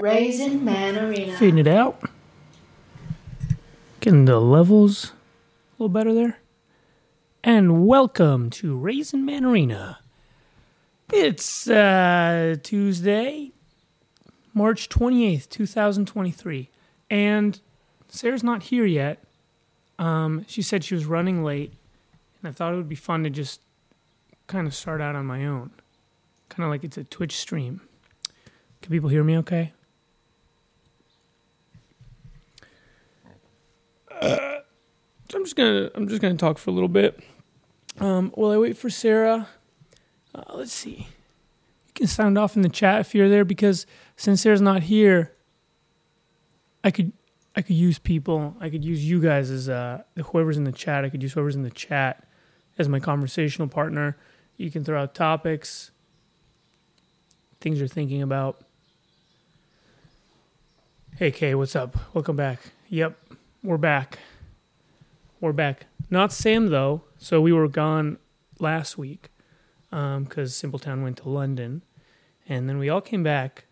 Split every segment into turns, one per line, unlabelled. Raisin Man Arena.
Feeding it out. Getting the levels a little better there. And welcome to Raisin Man Arena. It's uh, Tuesday, March 28th, 2023. And Sarah's not here yet. Um, she said she was running late. And I thought it would be fun to just kind of start out on my own. Kind of like it's a Twitch stream. Can people hear me okay? Uh, so I'm just gonna I'm just gonna talk for a little bit. Um, while I wait for Sarah, uh, let's see. You can sound off in the chat if you're there because since Sarah's not here, I could I could use people. I could use you guys as uh, whoever's in the chat. I could use whoever's in the chat as my conversational partner. You can throw out topics things you're thinking about. Hey Kay, what's up? Welcome back. Yep, we're back. We're back. Not Sam though, so we were gone last week because Simpletown went to London, and then we all came back.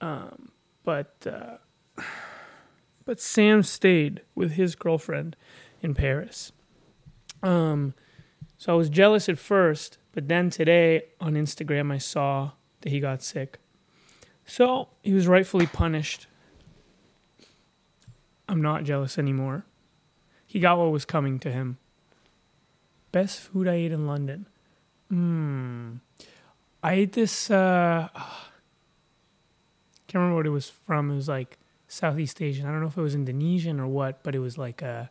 Um, but uh, but Sam stayed with his girlfriend in Paris. Um, so I was jealous at first, but then today on Instagram I saw that he got sick. So he was rightfully punished. I'm not jealous anymore. He got what was coming to him. Best food I ate in London. Mmm. I ate this uh can't remember what it was from. It was like Southeast Asian. I don't know if it was Indonesian or what, but it was like uh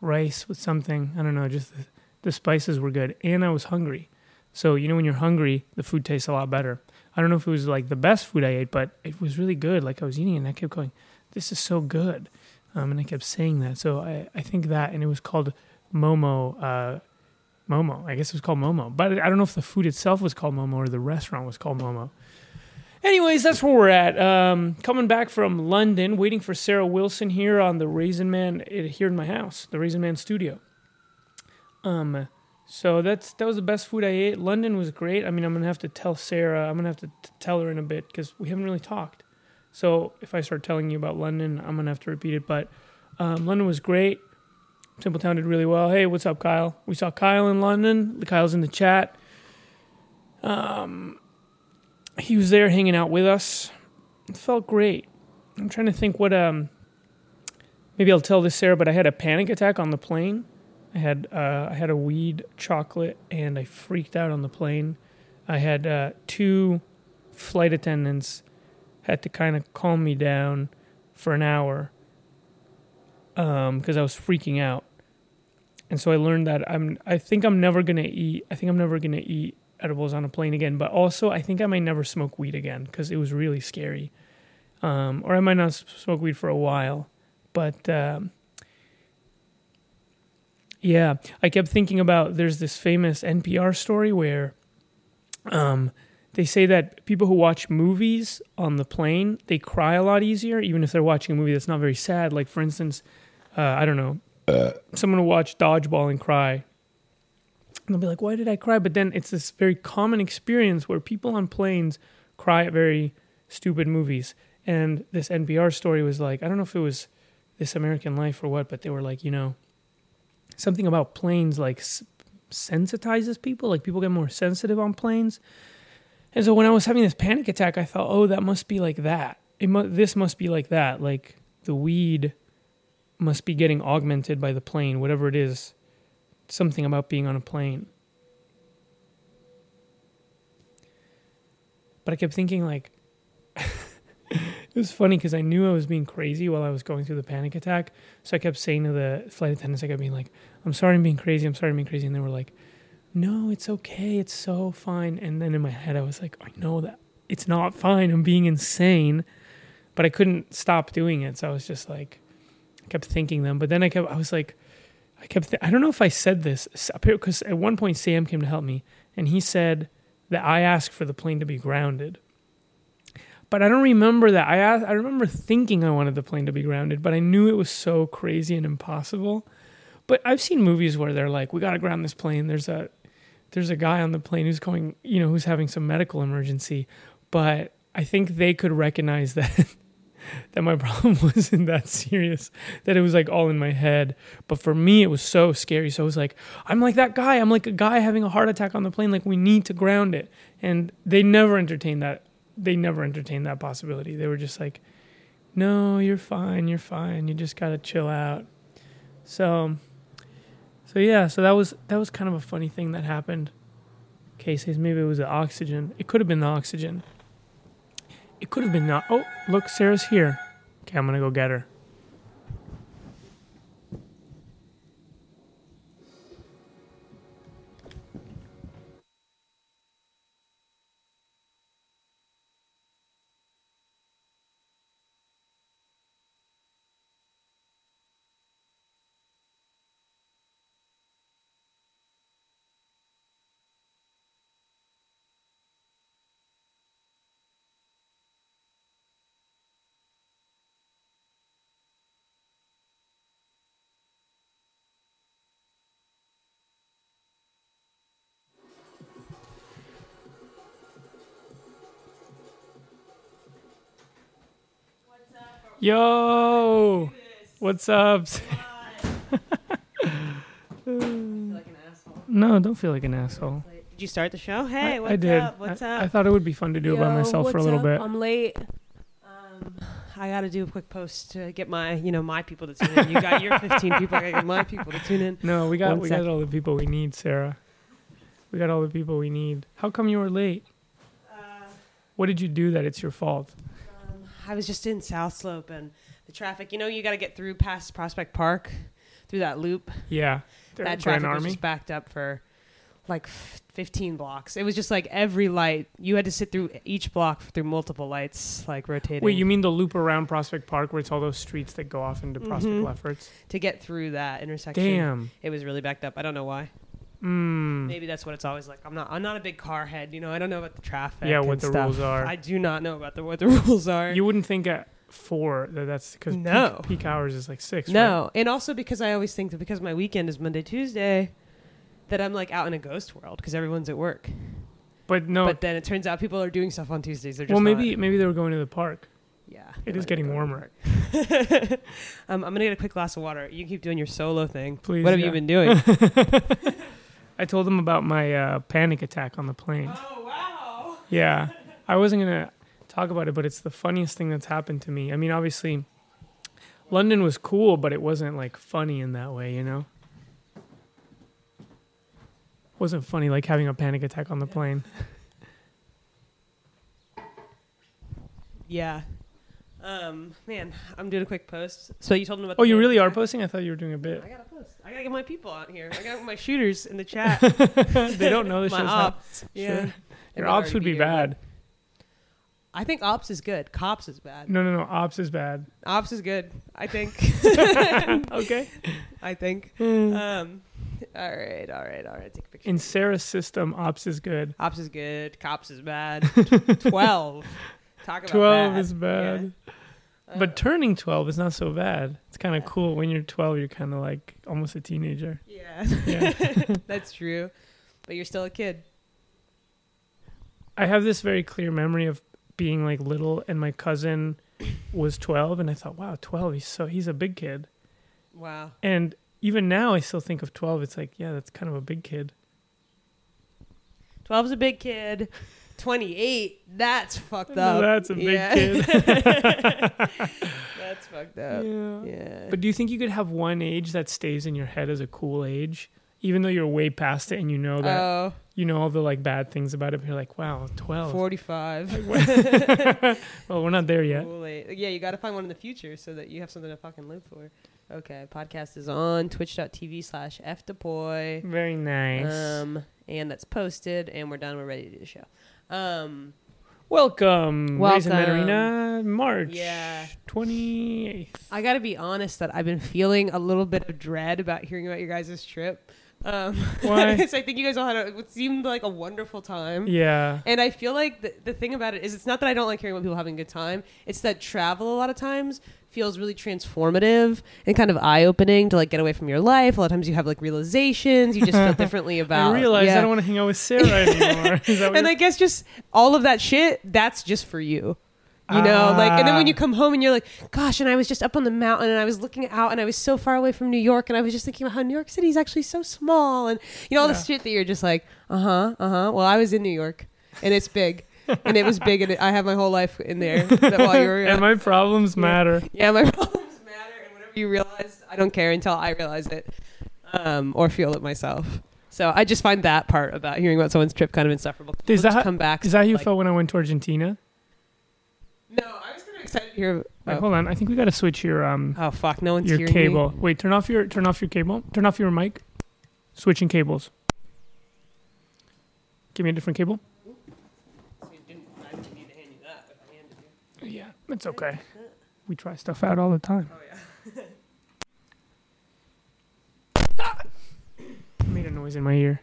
rice with something. I don't know, just the, the spices were good and I was hungry. So, you know, when you're hungry, the food tastes a lot better. I don't know if it was like the best food I ate, but it was really good. Like I was eating it and I kept going, this is so good. Um, and I kept saying that. So I, I think that, and it was called Momo. Uh, Momo. I guess it was called Momo. But I don't know if the food itself was called Momo or the restaurant was called Momo. Anyways, that's where we're at. Um, coming back from London, waiting for Sarah Wilson here on the Raisin Man eh, here in my house, the Raisin Man studio. Um, so that's that was the best food I ate. London was great. I mean, I'm gonna have to tell Sarah. I'm gonna have to t- tell her in a bit because we haven't really talked. So if I start telling you about London, I'm gonna have to repeat it. But um, London was great. Simpletown did really well. Hey, what's up, Kyle? We saw Kyle in London. Kyle's in the chat. Um, he was there hanging out with us. It felt great. I'm trying to think what um. Maybe I'll tell this Sarah, but I had a panic attack on the plane. I had uh, I had a weed chocolate and I freaked out on the plane. I had uh, two flight attendants had to kind of calm me down for an hour because I was freaking out. And so I learned that I'm I think I'm never gonna eat I think I'm never gonna eat edibles on a plane again. But also I think I might never smoke weed again because it was really scary. Um, or I might not s- smoke weed for a while, but. Um, yeah, I kept thinking about there's this famous NPR story where um, they say that people who watch movies on the plane they cry a lot easier, even if they're watching a movie that's not very sad. Like for instance, uh, I don't know, someone will watch Dodgeball and cry. And they'll be like, "Why did I cry?" But then it's this very common experience where people on planes cry at very stupid movies. And this NPR story was like, I don't know if it was This American Life or what, but they were like, you know something about planes like s- sensitizes people like people get more sensitive on planes and so when i was having this panic attack i thought oh that must be like that it mu- this must be like that like the weed must be getting augmented by the plane whatever it is something about being on a plane but i kept thinking like it was funny because i knew i was being crazy while i was going through the panic attack so i kept saying to the flight attendants i kept being like I'm sorry I'm being crazy. I'm sorry I'm being crazy. And they were like, no, it's okay. It's so fine. And then in my head, I was like, I know that it's not fine. I'm being insane. But I couldn't stop doing it. So I was just like, I kept thinking them. But then I kept, I was like, I kept, th- I don't know if I said this because at one point Sam came to help me and he said that I asked for the plane to be grounded. But I don't remember that. I asked, I remember thinking I wanted the plane to be grounded, but I knew it was so crazy and impossible. But I've seen movies where they're like, "We got to ground this plane." There's a there's a guy on the plane who's going, you know, who's having some medical emergency, but I think they could recognize that that my problem wasn't that serious, that it was like all in my head. But for me, it was so scary. So I was like, I'm like that guy. I'm like a guy having a heart attack on the plane. Like we need to ground it. And they never entertained that. They never entertained that possibility. They were just like, no, you're fine. You're fine. You just gotta chill out. So, so yeah. So that was that was kind of a funny thing that happened. Cases. Maybe it was the oxygen. It could have been the oxygen. It could have been not. Oh, look, Sarah's here. Okay, I'm gonna go get her. Yo, what's up?
like an asshole.
No, don't feel like an asshole.
Did you start the show?
I-
Hey,
I,
what's
did.
up? What's
I,
up?
I thought it would be fun to do it by
Yo,
myself for a
what's
little
up?
bit.
I'm late. Um, I got to do a quick post to get my, you know, my people to tune in. You got your 15 people. I got to get my people to tune in.
no, we got
One
we
sec.
got all the people we need, Sarah. We got all the people we need. How come you were late? What did you do that it's your fault?
Uh, Um, I was just in South Slope and the traffic. You know, you got to get through past Prospect Park, through that loop.
Yeah, there-
that
Grand
traffic was just backed up for like f- 15 blocks. It was just like every light. You had to sit through each block through multiple lights, like rotating.
Wait, you mean the loop around Prospect Park where it's all those streets that go off into Prospect
Mm-hmm.
Lefferts?
to get through that intersection.
Damn.
It was really backed up. I don't know why.
Mm.
Maybe that's what it's always like. I'm not. I'm not a big car head. You know, I don't know about the traffic.
Yeah,
and
what the
stuff.
rules are.
I do not know about the what the rules are.
You wouldn't think at four that that's because
No.
peak, peak hours is like six. right?
no, and also because I always think that because my weekend is Monday Tuesday, that I'm like out in a ghost world because everyone's at work.
but no.
But then it turns out people are doing stuff on Tuesdays. They're just
Oh. well,
not-
maybe maybe they were going to the park.
yeah.
It is
they might
getting
go to
warmer.
work. um, I'm gonna get a quick glass of water. You keep doing your solo thing.
Please,
What have
yeah.
you been doing?
I told them about my uh, panic attack on the plane.
oh wow.
Yeah, I wasn't gonna talk about it, but it's the funniest thing that's happened to me. I mean, obviously, London was cool, but it wasn't like funny in that way, you know. Wasn't funny like having a panic attack on the plane.
Yeah. Um, man, I'm doing a quick post. So you told them about.
Oh,
the
you
panic
really are
attack?
posting? I thought you were doing a bit.
I gotta post. I gotta get my people out here. I got my shooters in the chat.
They don't know this
my
show's hap-
ops. Yeah.
Sure.
They
Your
might
ops
already
would be
here, but
bad.
I think ops is good. Cops is bad.
No, no, no. Ops is bad.
Ops is good. I think.
Okay.
I think. Um, all right. All right. All right. Take a picture.
In Sarah's system, ops is good.
ops is good. Cops is bad. Twelve. Talk about
Twelve
bad.
is bad.
Yeah. Uh,
But turning 12 is not so bad. It's kind of cool. When you're 12, you're kind of like almost a teenager.
yeah,
Yeah.
that's true. But you're still a kid.
I have this very clear memory of being like little, and my cousin was 12, and I thought, wow, 12, he's so, he's a big kid.
Wow.
And even now, I still think of 12. It's like, yeah, that's kind of a big kid.
12's a big kid. 28, that's fucked up.
That's a big
Yeah.
kid.
that's fucked up.
Yeah.
Yeah.
But do you think you could have one age that stays in your head as a cool age, even though you're way past it and you know that,
oh,
you know, all the like bad things about it, but you're like, wow, 12.
45.
Well, we're not there yet.
Cool age. Yeah, you got to find one in the future so that you have something to fucking live for. Okay, podcast is on twitch.tv slash fdepoy.
Very nice.
Um, and that's posted, and we're done. We're ready to do the show. Um,
Welcome, Raisin
Welcome.
Medarena, March
Yeah.
28th.
I got to be honest that I've been feeling a little bit of dread about hearing about your guys' trip. Um,
Why?
'cause I think you guys all had a, what seemed like a wonderful time.
Yeah.
And I feel like the, the thing about it is it's not that I don't like hearing about people having a good time. It's that travel a lot of times feels really transformative and kind of eye opening to like get away from your life. A lot of times you have like realizations. You just feel differently about.
I realized
Yeah.
I don't want to hang out with Sarah anymore. Is that what
and
you're-
I guess just all of that shit, that's just for you. You know, like, and then
Ah.
when you come home and you're like, gosh, and I was just up on the mountain and I was looking out and I was so far away from New York and I was just thinking about how New York City is actually so small and, you know, all
Yeah.
the shit that you're just like, uh huh, uh huh. Well, I was in New York and it's big and it was big and it, I have my whole life in there that while you were.
and my problems
Yeah.
matter.
yeah, my problems matter and whatever you realize, I don't care until I realize it um, or feel it myself. So I just find that part about hearing about someone's trip kind of insufferable.
Is
People
that-
come back?
Is that how you
like,
felt when I went to Argentina?
No, I was kind of excited to hear.
Wait,
Oh,
hold on. I think we got to switch your um
oh fuck! No one's
your
hearing me.
cable. Wait, turn off your turn off your cable. Turn off your mic. Switching cables. Give me a different cable.
So you didn't- I didn't need to hand you that, but I handed you-
Yeah, it's okay. We try stuff out all the time.
Oh yeah.
It made a noise in my ear.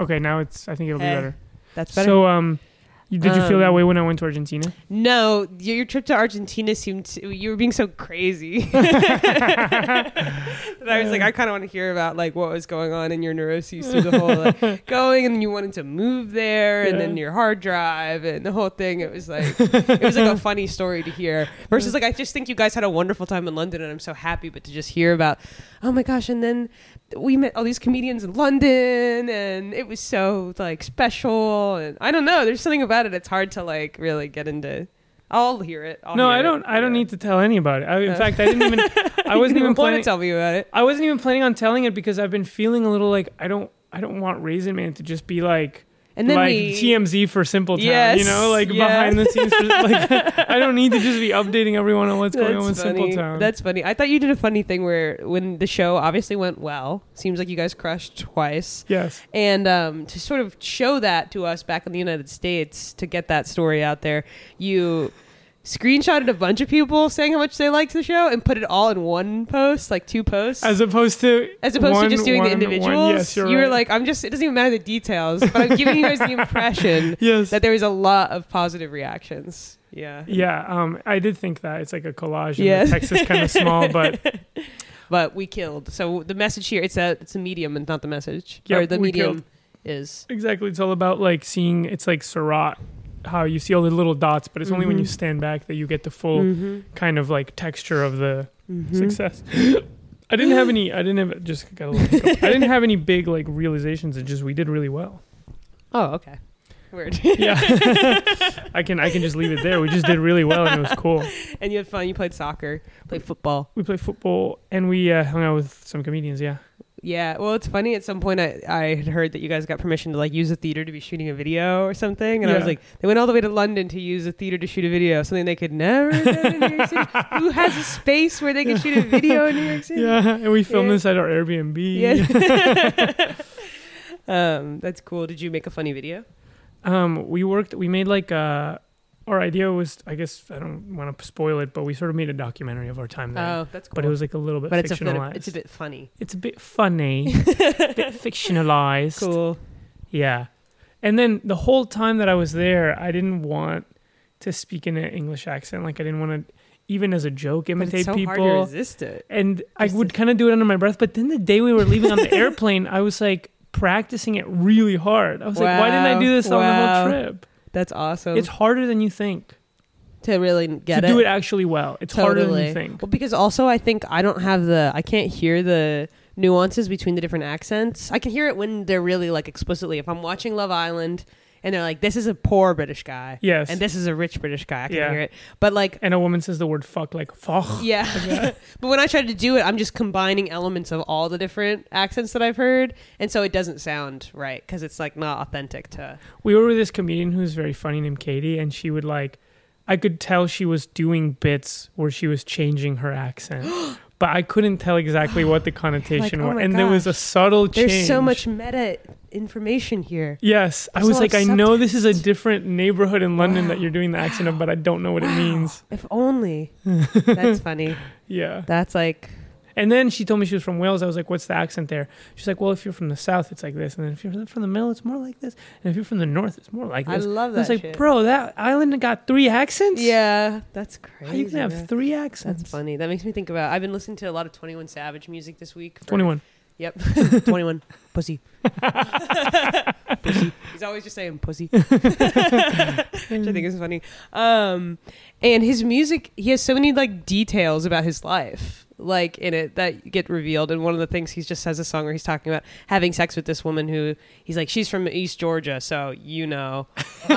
Okay, now it's. I think it'll
Ah! Hey,
be better.
That's better.
So, um, you, did you feel that
Um,
way when I went to Argentina?
no, y- your trip to Argentina seemed to, you were being so crazy. that I was like, I kind of want to hear about like what was going on in your neuroses through the whole like, going, and then you wanted to move there, and then
Yeah.
your hard drive, and the whole thing. It was like it was like a funny story to hear. Versus like I just think you guys had a wonderful time in London, and I'm so happy. But to just hear about, oh my gosh, and then we met all these comedians in London, and it was so like special. And I don't know, there's something about it. It's hard to like really get into. I'll hear it. I'll
No,
hear
I
it.
don't. I don't
oh, Yeah.
need to tell any about it. I, in
Uh.
fact, I didn't even. I
You
wasn't
didn't
even
want to
planning.
tell me about it.
I wasn't even planning on telling it because I've been feeling a little like I don't. I don't want Raisin Man to just be like
And then
like
we,
TMZ for Simple Town. you
Yes,
know, like
yes.
behind the scenes. For, like I don't need to just be updating everyone on what's going on with
funny.
Simple Town.
That's funny. I thought you did a funny thing where when the show obviously went well, seems like you guys crushed twice.
yes.
And um, to sort of show that to us back in the United States, to get that story out there, you screenshotted a bunch of people saying how much they liked the show and put it all in one post, like two posts.
As opposed to
As opposed
one-
to just doing
one-
the
one-
individuals,
yes, you're
you were
right.
like, "I'm just." It doesn't even matter the details, but I'm giving you guys the impression
yes.
that there was a lot of positive reactions. Yeah,
yeah, um, I did think that it's like a collage. And
Yes.
the text is kind of small, but
but we killed. So the message here it's a it's a medium and not the message.
Yep,
or the
we
medium
killed.
is
Exactly. It's all about like seeing it's like Seurat, how you see all the little dots, but it's only when you
Mhm.
stand back that you get the full
Mm. Mm-hmm.
kind of like texture of the success. I didn't have any I didn't have just got a little hiccup. I didn't have any big like realizations and just we did really well.
Oh, okay. Weird.
Yeah. I can I can just leave it there. We just did really well and it was cool.
and you had fun. You played soccer, played football.
We played football and we uh, hung out with some comedians, yeah.
Yeah. Well, it's funny. At some point, I, I had heard that you guys got permission to like use a theater to be shooting a video or something, and I was
Yeah.
like, they went all the way to London to use a theater to shoot a video, something they could never do in New York City. Who has a space where they can shoot a video in New York City?
Yeah, and we filmed
Yeah.
this at our Airbnb.
Yeah. um, that's cool. Did you make a funny video?
Um, we worked. We made like uh, our idea was. I guess I don't want to spoil it, but we sort of made a documentary of our time there.
Oh, that's cool.
but it was like a little bit
but it's a bit,
fictionalized.
it's a bit funny.
It's a bit funny, a bit fictionalized.
Cool.
Yeah. And then the whole time that I was there, I didn't want to speak in an English accent. Like I didn't want to, even as a joke,
But
imitate
it's so
people.
hard to resist it.
and I
Just
would
the-
kind of do it under my breath. But then the day we were leaving on the airplane, I was like practicing it really hard. I was like, why didn't I
Wow.
do this
Wow.
on the whole trip?
That's awesome.
It's harder than you think
to really get
to
it.
do it actually well. It's harder than
Totally.
you think.
Well, because also I think I don't have the I can't hear the nuances between the different accents. I can hear it when they're really like explicitly. If I'm watching Love Island and they're like, "This is a poor British guy,"
Yes.
and
And,
this is a rich British guy, I can
Yeah.
hear it. But like
a woman says the word fuck like fuck.
Yeah. but when I try to do it, I'm just combining elements of all the different accents that I've heard. And so it doesn't sound right because it's like not authentic to.
We were with this comedian who's very funny named Katie, and she would like I could tell she was doing bits where she was changing her accent. But I couldn't tell exactly what the connotation
oh
was.
my
And there was a
gosh.
subtle change.
There's so much meta information here.
Yes. I
There's a
was
lot of
like, I know this is a different neighborhood in London that
Wow.
you're doing the accent of, but I don't know what it means.
If only. That's funny.
Yeah.
That's like.
And then she told me she was from Wales. I was like, what's the accent there? She's like, well, if you're from the south, it's like this. And then if you're from the middle, it's more like this. And if you're from the north, it's more like
I
this.
love
And I was
that.
like,
shit.
bro, that island got three accents?
Yeah, that's crazy.
How you can
man.
have three accents?
That's funny. That makes me think about. I've been listening to a lot of Twenty One Savage music this week. for-
21.
Yep. Twenty One. Pussy. pussy. He's always just saying pussy, which I think is funny. Um, and his music, he has so many like details about his life, like in it that get revealed. And one of the things he just has a song where he's talking about having sex with this woman who he's like, she's from East Georgia, so you know. Um,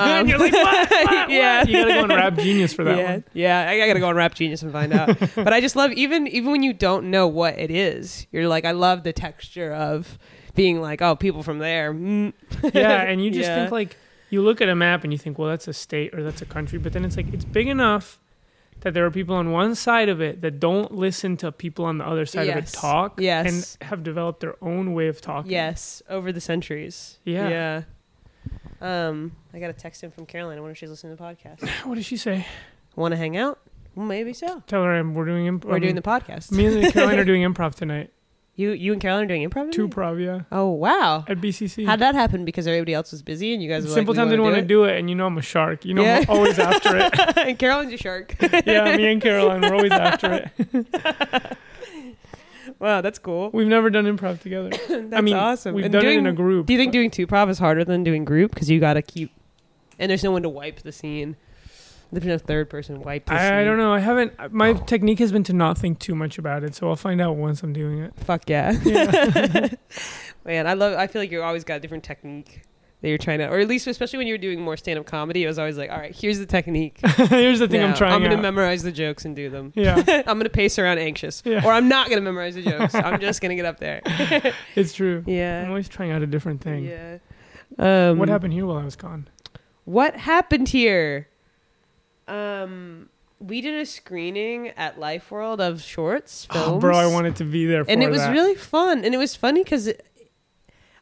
and you're like, what? What? What?"
Yeah.
You gotta go on Rap Genius for that
yeah,
one.
Yeah, I, I gotta go on Rap Genius and find out. but I just love even even when you don't know what it is, you're like, I love the texture of being like, oh, people from there. Mm.
yeah, and you just
Yeah.
think like you look at a map and you think, well, that's a state or that's a country, but then it's like it's big enough that there are people on one side of it that don't listen to people on the other side of it
Yes.
talk
Yes.
and have developed their own way of talking.
Yes, over the centuries.
Yeah.
Yeah. Um, I got a text in from Caroline. I wonder if she's listening to the podcast.
What did she say? Want
Want to hang out? Maybe so.
to tell her I'm, we're doing improv.
We're doing the podcast.
Me and Caroline are doing improv tonight.
you you and Caroline are doing improv.
Two
tonight?
prov, yeah.
oh wow!
At BCC.
How'd that happen? Because everybody else was busy and you guys were
Simple
like,
Time
we
didn't want
wanna
to do it, and you know I'm a shark. You know
Yeah.
I'm always after it.
it. and Caroline's a shark.
yeah, me and Caroline, we're always after it.
wow, that's cool.
We've never done improv together.
That's
I mean,
awesome.
We've
And
done it
doing-
in a group.
Do you think
but-
doing two prov is harder than doing group? Because you got to keep, and there's no one to wipe the scene. There's no third person wipe the scene.
I, I don't know. I haven't.
Oh.
My technique has been to not think too much about it, so I'll find out once I'm doing it.
Fuck yeah.
Yeah.
Man, I love. I feel like you always got a different technique that you're trying to, or at least especially when you were doing more stand up comedy, it was always like, all right, here's the technique.
Here's the thing I'm
Now,
trying.
I'm gonna
out.
memorize the jokes and do them.
yeah,
I'm gonna pace around anxious,
Yeah.
or I'm not gonna memorize the jokes. I'm just gonna get up there.
it's true. I'm
yeah.
always trying out a different thing.
Yeah. Um,
What happened here while I was gone?
What happened here? Um, we did a screening at Life World of shorts films.
Oh, bro, I wanted to be there for
and it was
that.
really fun and it was funny because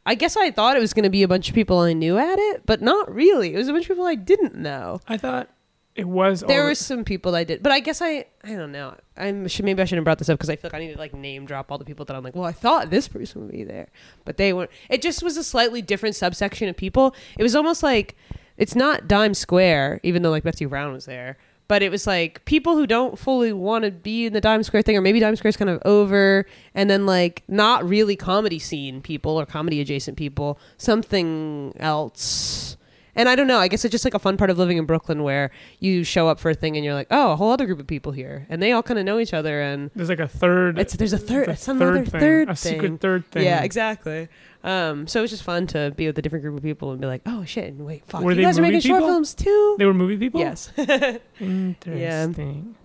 i guess i thought it was going to be a bunch of people i knew at it but not really it was a bunch of people i didn't know
I thought it was.
there
all-
were some people that i did but i guess i i don't know i'm should, maybe i shouldn't have brought this up because i feel like i need to like name drop all the people that i'm like well i thought this person would be there but they weren't it just was a slightly different subsection of people it was almost like it's not dime square even though like betsy brown was there but it was like people who don't fully want to be in the dime square thing or maybe dime square's kind of over and then like not really comedy scene people or comedy adjacent people something else and i don't know i guess it's just like a fun part of living in brooklyn where you show up for a thing and you're like oh a whole other group of people here and they all kind of know each other and
There's like a third.
it's there's a third
the
it's another
thing,
third
a
thing.
secret third thing.
Yeah, exactly. Um, so it was just fun to be with a different group of people and be like, oh shit, and wait, fuck,
Were
you
they
guys are
movie
making short
people?
films too.
They were movie people.
Yes,
Interesting.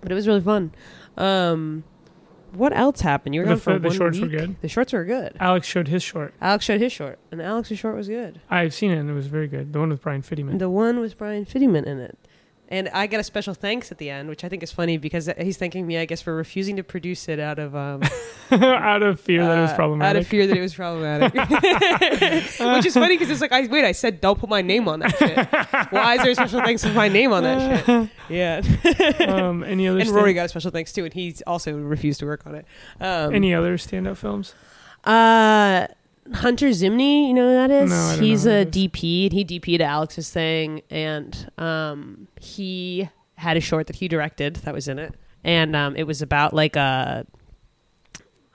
but it was really fun. Um, what else happened? You were
The
gone for
fi- the
one
shorts were
week.
good?
The shorts were good.
Alex showed his short.
Alex showed his short, and Alex's short was good.
I've seen it and it was very good. The one with Brian Fittiman.
The one with Brian Fittiman in it. And I got a special thanks at the end, which I think is funny because he's thanking me, I guess, for refusing to produce it out of um,
out of fear that it was
uh,
problematic.
Out of fear that it was problematic, which is funny because it's like, I wait, I said don't put my name on that shit. Why is there a special thanks for my name on that shit? Yeah,
um, any other
and
stand-
Rory got a special thanks too, and he also refused to work on it. Um,
any other stand-up films?
Uh, Hunter Zimney, you know who that is?
No, I don't
He's
know who
a
that is.
DP, and he DP'd Alex's thing, and um, he had a short that he directed that was in it, and um, it was about like a,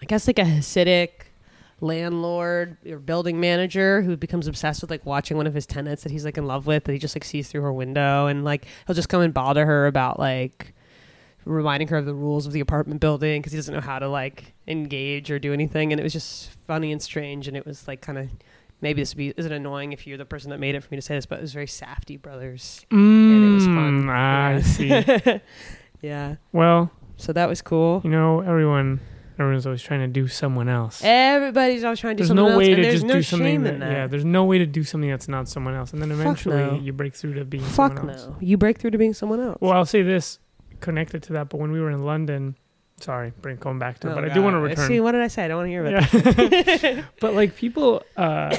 I guess like a Hasidic landlord or building manager who becomes obsessed with like watching one of his tenants that he's like in love with that he just like sees through her window and like he'll just come and bother her about like reminding her of the rules of the apartment building because he doesn't know how to like engage or do anything and it was just funny and strange and it was like kind of maybe this would be isn't annoying if you're the person that made it for me to say this but it was very safty brothers it was fun.
Mm, I
Yeah.
see.
yeah
Well,
so that was cool
you know, everyone, everyone's always trying to do someone else.
everybody's always trying to do
there's
something
no
else
way
and
to
there's
just
no
do
shame
something.
in
That,
that
yeah, there's no way to do something that's not someone else, and then eventually
no.
you break through to being
fuck
someone else.
no you break through to being someone else
Well, I'll say this connected to that, but when we were in London, sorry, bring going back to it,
Oh,
but I do want to
God.
return.
see what did I say I don't want to hear about that.
Yeah. but like people, uh,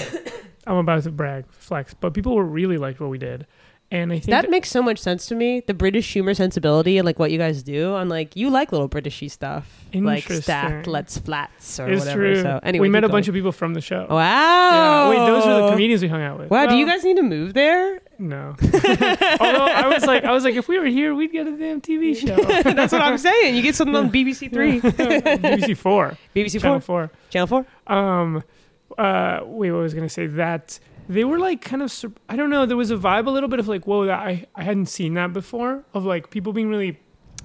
I'm about to brag, flex, but people were really liked what we did. And I think
That makes so much sense to me. The British humor sensibility and like what you guys do. I'm like, you like little Britishy stuff, like stack,
Interesting.
let's flats or
it's
whatever.
true.
So anyway,
we met
keep
a bunch
going.
of people from the show.
wow.
Yeah. Wait, those were the comedians we hung out with.
Wow, do
Well,
you guys need to move there?
No. Although I was like, I was like, if we were here, we'd get a damn TV show.
That's what I'm saying. You get something on BBC Three,
BBC Four,
BBC
Channel
Four,
Four.
Channel Four.
Um, uh, wait, what was I gonna say? That they were like kind of, sur- I don't know. There was a vibe a little bit of like, whoa, that I I hadn't seen that before. Of like people being really,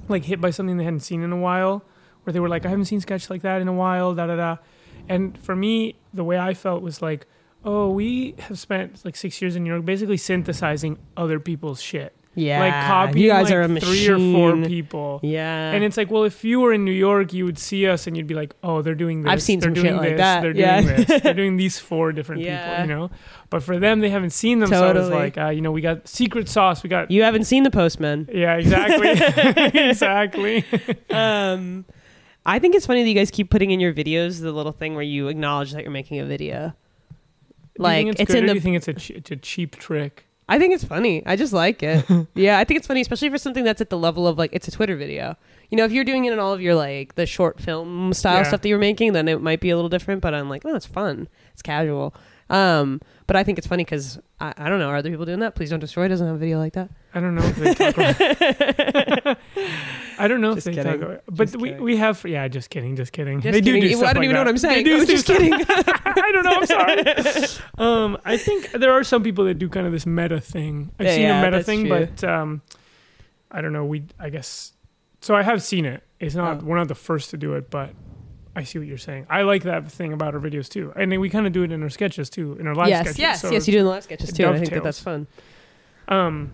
like hit by something they hadn't seen in a while, where they were like, I haven't seen sketch like that in a while. Da da da. And for me, the way I felt was like, oh, we have spent like six years in New York basically synthesizing other people's shit.
Yeah,
like copying
you guys
like
are a
three
machine.
or four people.
Yeah,
And it's like, well, if you were in New York, you would see us and you'd be like, oh, they're doing this.
I've seen
they're
some
doing
shit like
this,
that.
They're
Yeah.
doing this. They're doing these four different
Yeah.
people, you know? But for them, they haven't seen them. So I was
Totally.
like, uh, you know, we got secret sauce. We got.
you haven't seen the Postman.
yeah, exactly. exactly.
um, I think it's funny that you guys keep putting in your videos the little thing where you acknowledge that you're making a video. Like
do you think it's,
it's
good
in
or
the
Do you think it's a, ch- it's a cheap trick?
I think it's funny. I just like it. yeah, I think it's funny, especially for something that's at the level of like it's a Twitter video. You know, if you're doing it in all of your like the short film style
Yeah.
stuff that you're making, then it might be a little different. But I'm like, no, it's fun. It's casual. Um, but I think it's funny because I, I don't know. Are other people doing that? Please don't destroy doesn't have a video like that.
I don't know if they talk about I don't know
Just
if they
kidding.
talk about But
Just
we,
kidding.
we have, yeah, just kidding, just kidding.
Just
they
kidding.
do do stuff
I don't
like
even know what
that.
I'm saying.
They do
I was
do
just
stuff-
kidding.
I don't know. I'm sorry. um, I think there are some people that do kind of this meta thing. I've
Yeah,
seen
yeah,
a meta
that's
thing,
true.
but um, I don't know. We, I guess. So I have seen it. It's not.
Oh.
We're not the first to do it, but I see what you're saying. I like that thing about our videos too, and then we kind of do it in our sketches too, in our live
yes,
sketches.
yes,
so,
yes. You do in the live sketches
it
too. and I think that
dovetails.
that's fun.
Um,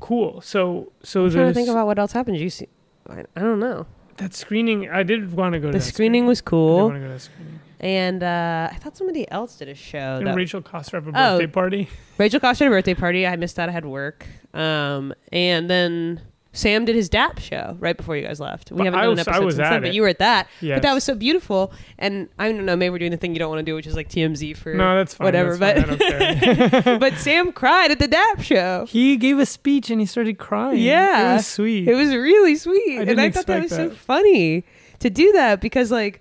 cool. So, so
I'm trying to think
the,
about what else happened. You see, I, I don't know.
that screening. I did want to go to
The
that
screening
I
was
did
cool,
want to go to that screening.
and uh, I thought somebody else did a show.
Didn't
That
Rachel Coster have a
Oh.
birthday party?
Rachel Costa had a birthday party. I missed that. I had work. Um, and then Sam did his DAP show right before you guys left. We
But
haven't
I
done an
was- I
episode
was
since
at
then,
it.
but you were at that.
Yeah,
But that was so beautiful. And I don't know. Maybe we're doing the thing you don't want to do, which is like TMZ for.
no, that's fine.
whatever,
that's fine. I don't care.
but Sam cried at the DAP show.
He gave a speech and he started crying.
Yeah.
It was sweet.
It was really sweet.
I
and
didn't
I thought
expect
that was so
that.
funny to do that because like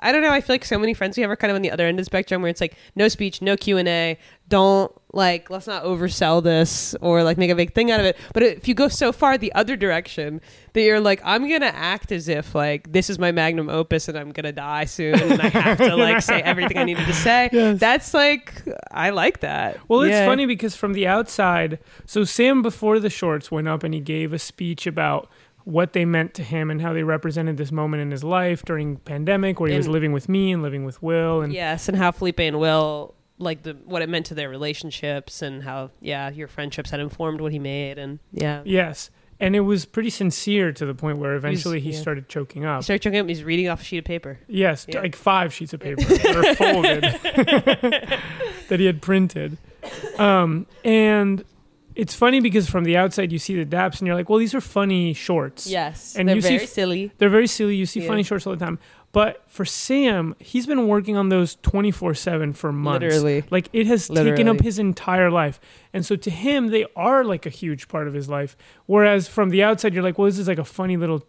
I don't know, I feel like so many friends we have are kind of on the other end of the spectrum where it's like no speech, no Q&A, don't like let's not oversell this or like make a big thing out of it. But if you go so far the other direction that you're like I'm going to act as if like this is my magnum opus and I'm going to die soon and I have to like say everything I needed to say.
Yes.
That's like I like that.
well, it's
Yeah.
funny because from the outside, so Sam before the shorts went up and he gave a speech about what they meant to him and how they represented this moment in his life during pandemic where he was
And-
living with me and living with Will and
yes and how felipe and will like the what it meant to their relationships and how yeah your friendships had informed what he made and yeah
yes. And it was pretty sincere to the point where eventually he
yeah.
started choking up.
he started choking up he's reading off a sheet of paper
Yes, t-
Yeah.
like five sheets of paper that are folded that he had printed. Um, and it's funny because from the outside you see the daps and you're like, well, these are funny shorts.
yes
And
they're
you see
very
f-
silly
They're very silly. You see
Yeah.
funny shorts all the time. But for Sam, he's been working on those 24 7 for months.
literally
Like it has taken
Literally.
up his entire life. And so to him, they are like a huge part of his life. Whereas from the outside, you're like, well, this is like a funny little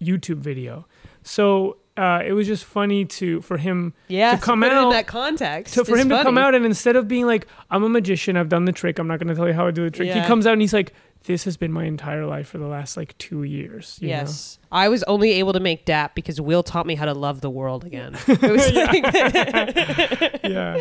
YouTube video. So uh, it was just funny to for him
yeah
come
put it in
out-
that context
to for
is
him to
funny.
come out and instead of being like, I'm a magician, I've done the trick, I'm not gonna tell you how I do the trick.
Yeah.
He comes out and he's like, This has been my entire life for the last like two years. you know?
Yes. I was only able to make DAP because Will taught me how to love the world again. It was like,
Yeah.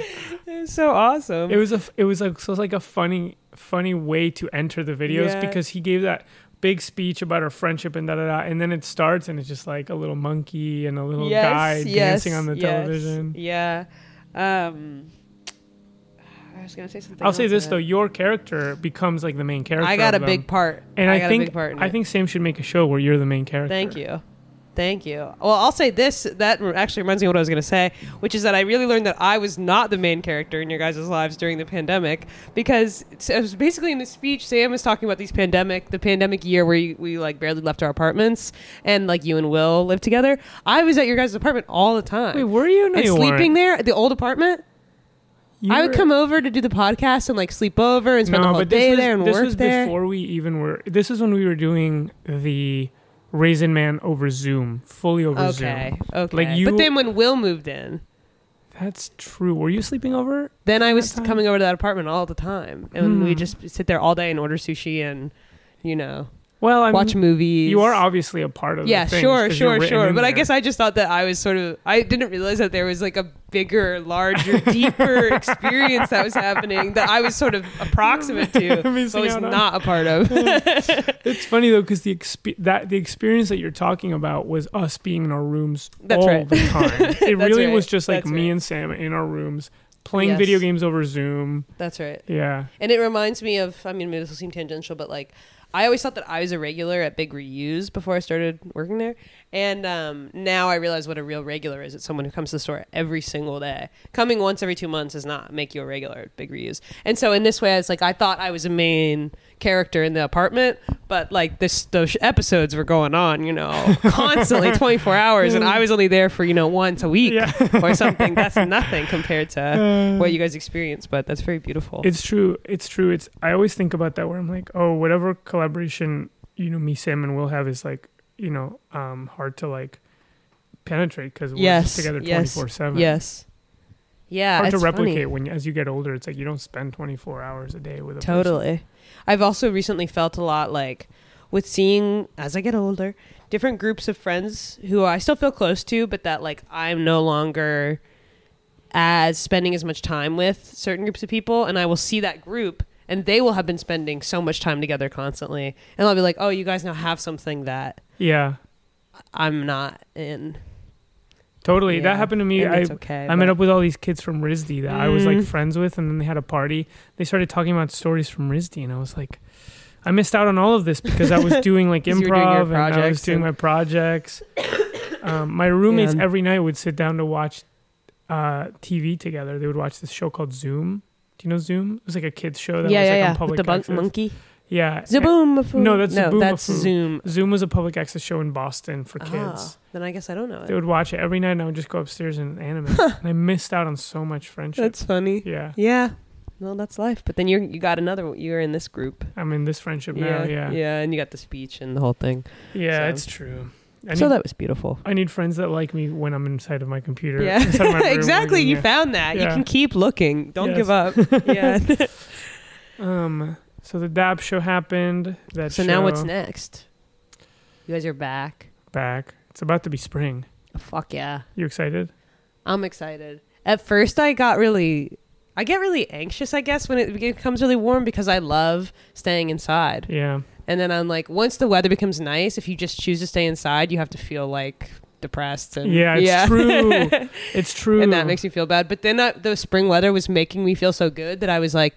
it was so awesome.
It was a f- it was like so it's like a funny funny way to enter the videos
Yeah.
because he gave that big speech about our friendship and da da da and then it starts and it's just like a little monkey and a little guy dancing on the
yes,
television.
Yeah. Um, I was gonna say something.
I'll say
else
this
and
though: your character becomes like the main character.
I got a
of them.
big part,
and
I,
I,
got
think
a big part. In
I
it.
think Sam should make a show where you're the main character.
Thank you. Thank you. Well, I'll say this. That actually reminds me of what I was going to say, which is that I really learned that I was not the main character in your guys' lives during the pandemic because it's- it was basically in the speech, Sam was talking about these pandemic, the pandemic year where you, we like barely left our apartments and like you and Will lived together. I was at your guys' apartment all the time.
Wait, were you? No,
and
you
sleeping
weren't.
there at the old apartment.
You
I would
were-
come over to do the podcast and like sleep over and spend the whole
this
day
was,
there and
this
work
was
there.
before we even were. This is when we were doing the Raisin Man over Zoom, fully over
okay,
Zoom.
okay.
Like, you-
but then when Will moved in,
That's true. Were you sleeping over?
then I
That
was
time?
coming over to that apartment all the time, and
Hmm.
we just sit there all day and order sushi and you know
Well, I
watch
mean,
movies.
you are obviously a part of.
yeah,
the things 'cause
sure,
you're
sure,
written
sure.
in
But I
there.
guess I just thought that I was sort of I didn't realize that there was like a bigger, larger, deeper experience that was happening that I was sort of approximate to, but
Missing
was
out on-
not a part of.
It's funny though, because the exp- that the experience that you're talking about was us being in our rooms
That's
all
right.
the time. It
That's
really
right.
was just like
That's
me
right.
and Sam in our rooms playing
Yes.
video games over Zoom.
That's right.
Yeah,
And it reminds me of, I mean, maybe this will seem tangential, but like, I always thought that I was a regular at Big Reuse before I started working there. And um, now I realize what a real regular is. It's someone who comes to the store every single day. Coming once every two months does not make you a regular at Big Reuse. And so in this way, it's like I thought I was a main character in the apartment, but like this, those episodes were going on, you know, constantly 24 hours. And I was only there for, you know, once a week
Yeah.
or something. That's nothing compared to what you guys experience, but that's very beautiful.
It's true. It's true. It's I always think about that where I'm like, oh, whatever collaboration you know me, Sam, and Will have is like you know um hard to like penetrate because we're
Yes,
just together twenty
yes,
four seven.
Yes. Yeah.
Hard to
Uh, it's funny.
replicate when as you get older. It's like you don't spend 24 hours a day with a person.
Totally. I've also recently felt a lot like with seeing as I get older, different groups of friends who I still feel close to, but that like I'm no longer as spending as much time with certain groups of people and I will see that group and they will have been spending so much time together constantly and I'll be like, "Oh, you guys now have something that
Yeah,
I'm not in."
totally.
Yeah.
That happened to me.
And
I
it's okay.
I met
but-
up with all these kids from RISD that I was like
Mm.
friends with, and then they had a party. They started talking about stories from RISD, and I was like, I missed out on all of this because I was doing like
'Cause you were doing your
improv and I was
projects
doing
and-
my projects. Um, my roommates
Yeah.
every night would sit down to watch uh, TV together. They would watch this show called Zoom. Do you know Zoom? It was like a kids show that
yeah,
was
yeah,
like
yeah.
on
With
public
the bunk
access.
monkey.
Yeah.
Zaboom.
No, that's
no,
Zaboomafu.
that's Zoom.
Zoom was a public access show in Boston for kids.
Ah, then I guess I don't know
They
it.
would watch it every night, and I would just go upstairs and animate. and I missed out on so much friendship.
That's funny.
yeah.
Yeah. Well, that's life. But then you you got another. one. You're in this group.
I'm in this friendship now.
Yeah,
Yeah, yeah,
yeah, and you got the speech and the whole thing. So-
it's true. I need,
so that was beautiful.
I need friends that like me when I'm inside of my computer.
Yeah,
inside my room
exactly.
working,
You
yeah.
found that. You
Yeah.
can keep looking. Don't
Yes.
give up. Yeah.
um. So the DAP show happened. That
so now what's
show
next? You guys are back.
Back. It's about to be spring.
Fuck yeah.
You excited?
I'm excited. At first, I got really, I get really anxious, I guess, when it becomes really warm because I love staying inside.
Yeah.
And then I'm like, once the weather becomes nice, if you just choose to stay inside, you have to feel like depressed. And,
Yeah. It's true. It's true.
and that makes me feel bad. But then I, the spring weather was making me feel so good that I was like,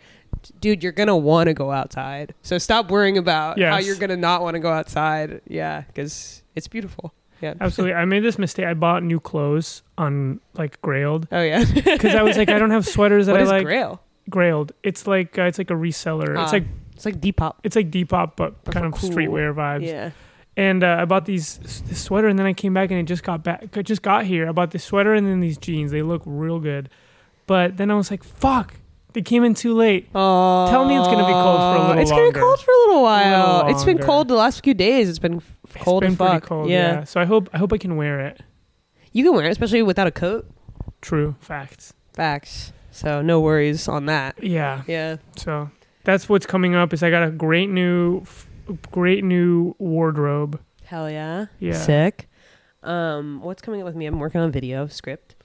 dude, you're going to want to go outside. So stop worrying about how
Yes.
you're going to not want to go outside. Yeah, because it's beautiful. Yeah.
Absolutely. I made this mistake. I bought new clothes on like Grailed
Oh, yeah.
because I was like, I don't have sweaters that
what
I
is
like.
Grail?
Grailed. It's like uh, it's like a reseller.
Ah.
It's like
It's like Depop.
it's like Depop, but
But
kind
for
of
cool.
streetwear vibes.
Yeah.
and uh, I bought these this sweater, and then I came back and it just got back, I just got here. I bought this sweater and then these jeans. They look real good, but then I was like, "Fuck!" They came in too late.
Oh,
me it's gonna be cold for a little
It's gonna
longer.
be cold for a little while.
little
it's been
longer.
cold the last few days. It's been f- cold
it's been
and fuck.
pretty cold. Yeah. so I hope I hope I can wear it.
You can wear it, especially without a coat.
True facts.
Facts. So no worries on that.
Yeah,
Yeah.
so that's what's coming up. Is I got a great new, f- great new wardrobe.
Hell yeah.
Yeah.
Sick. Um, what's coming up with me? I'm working on video script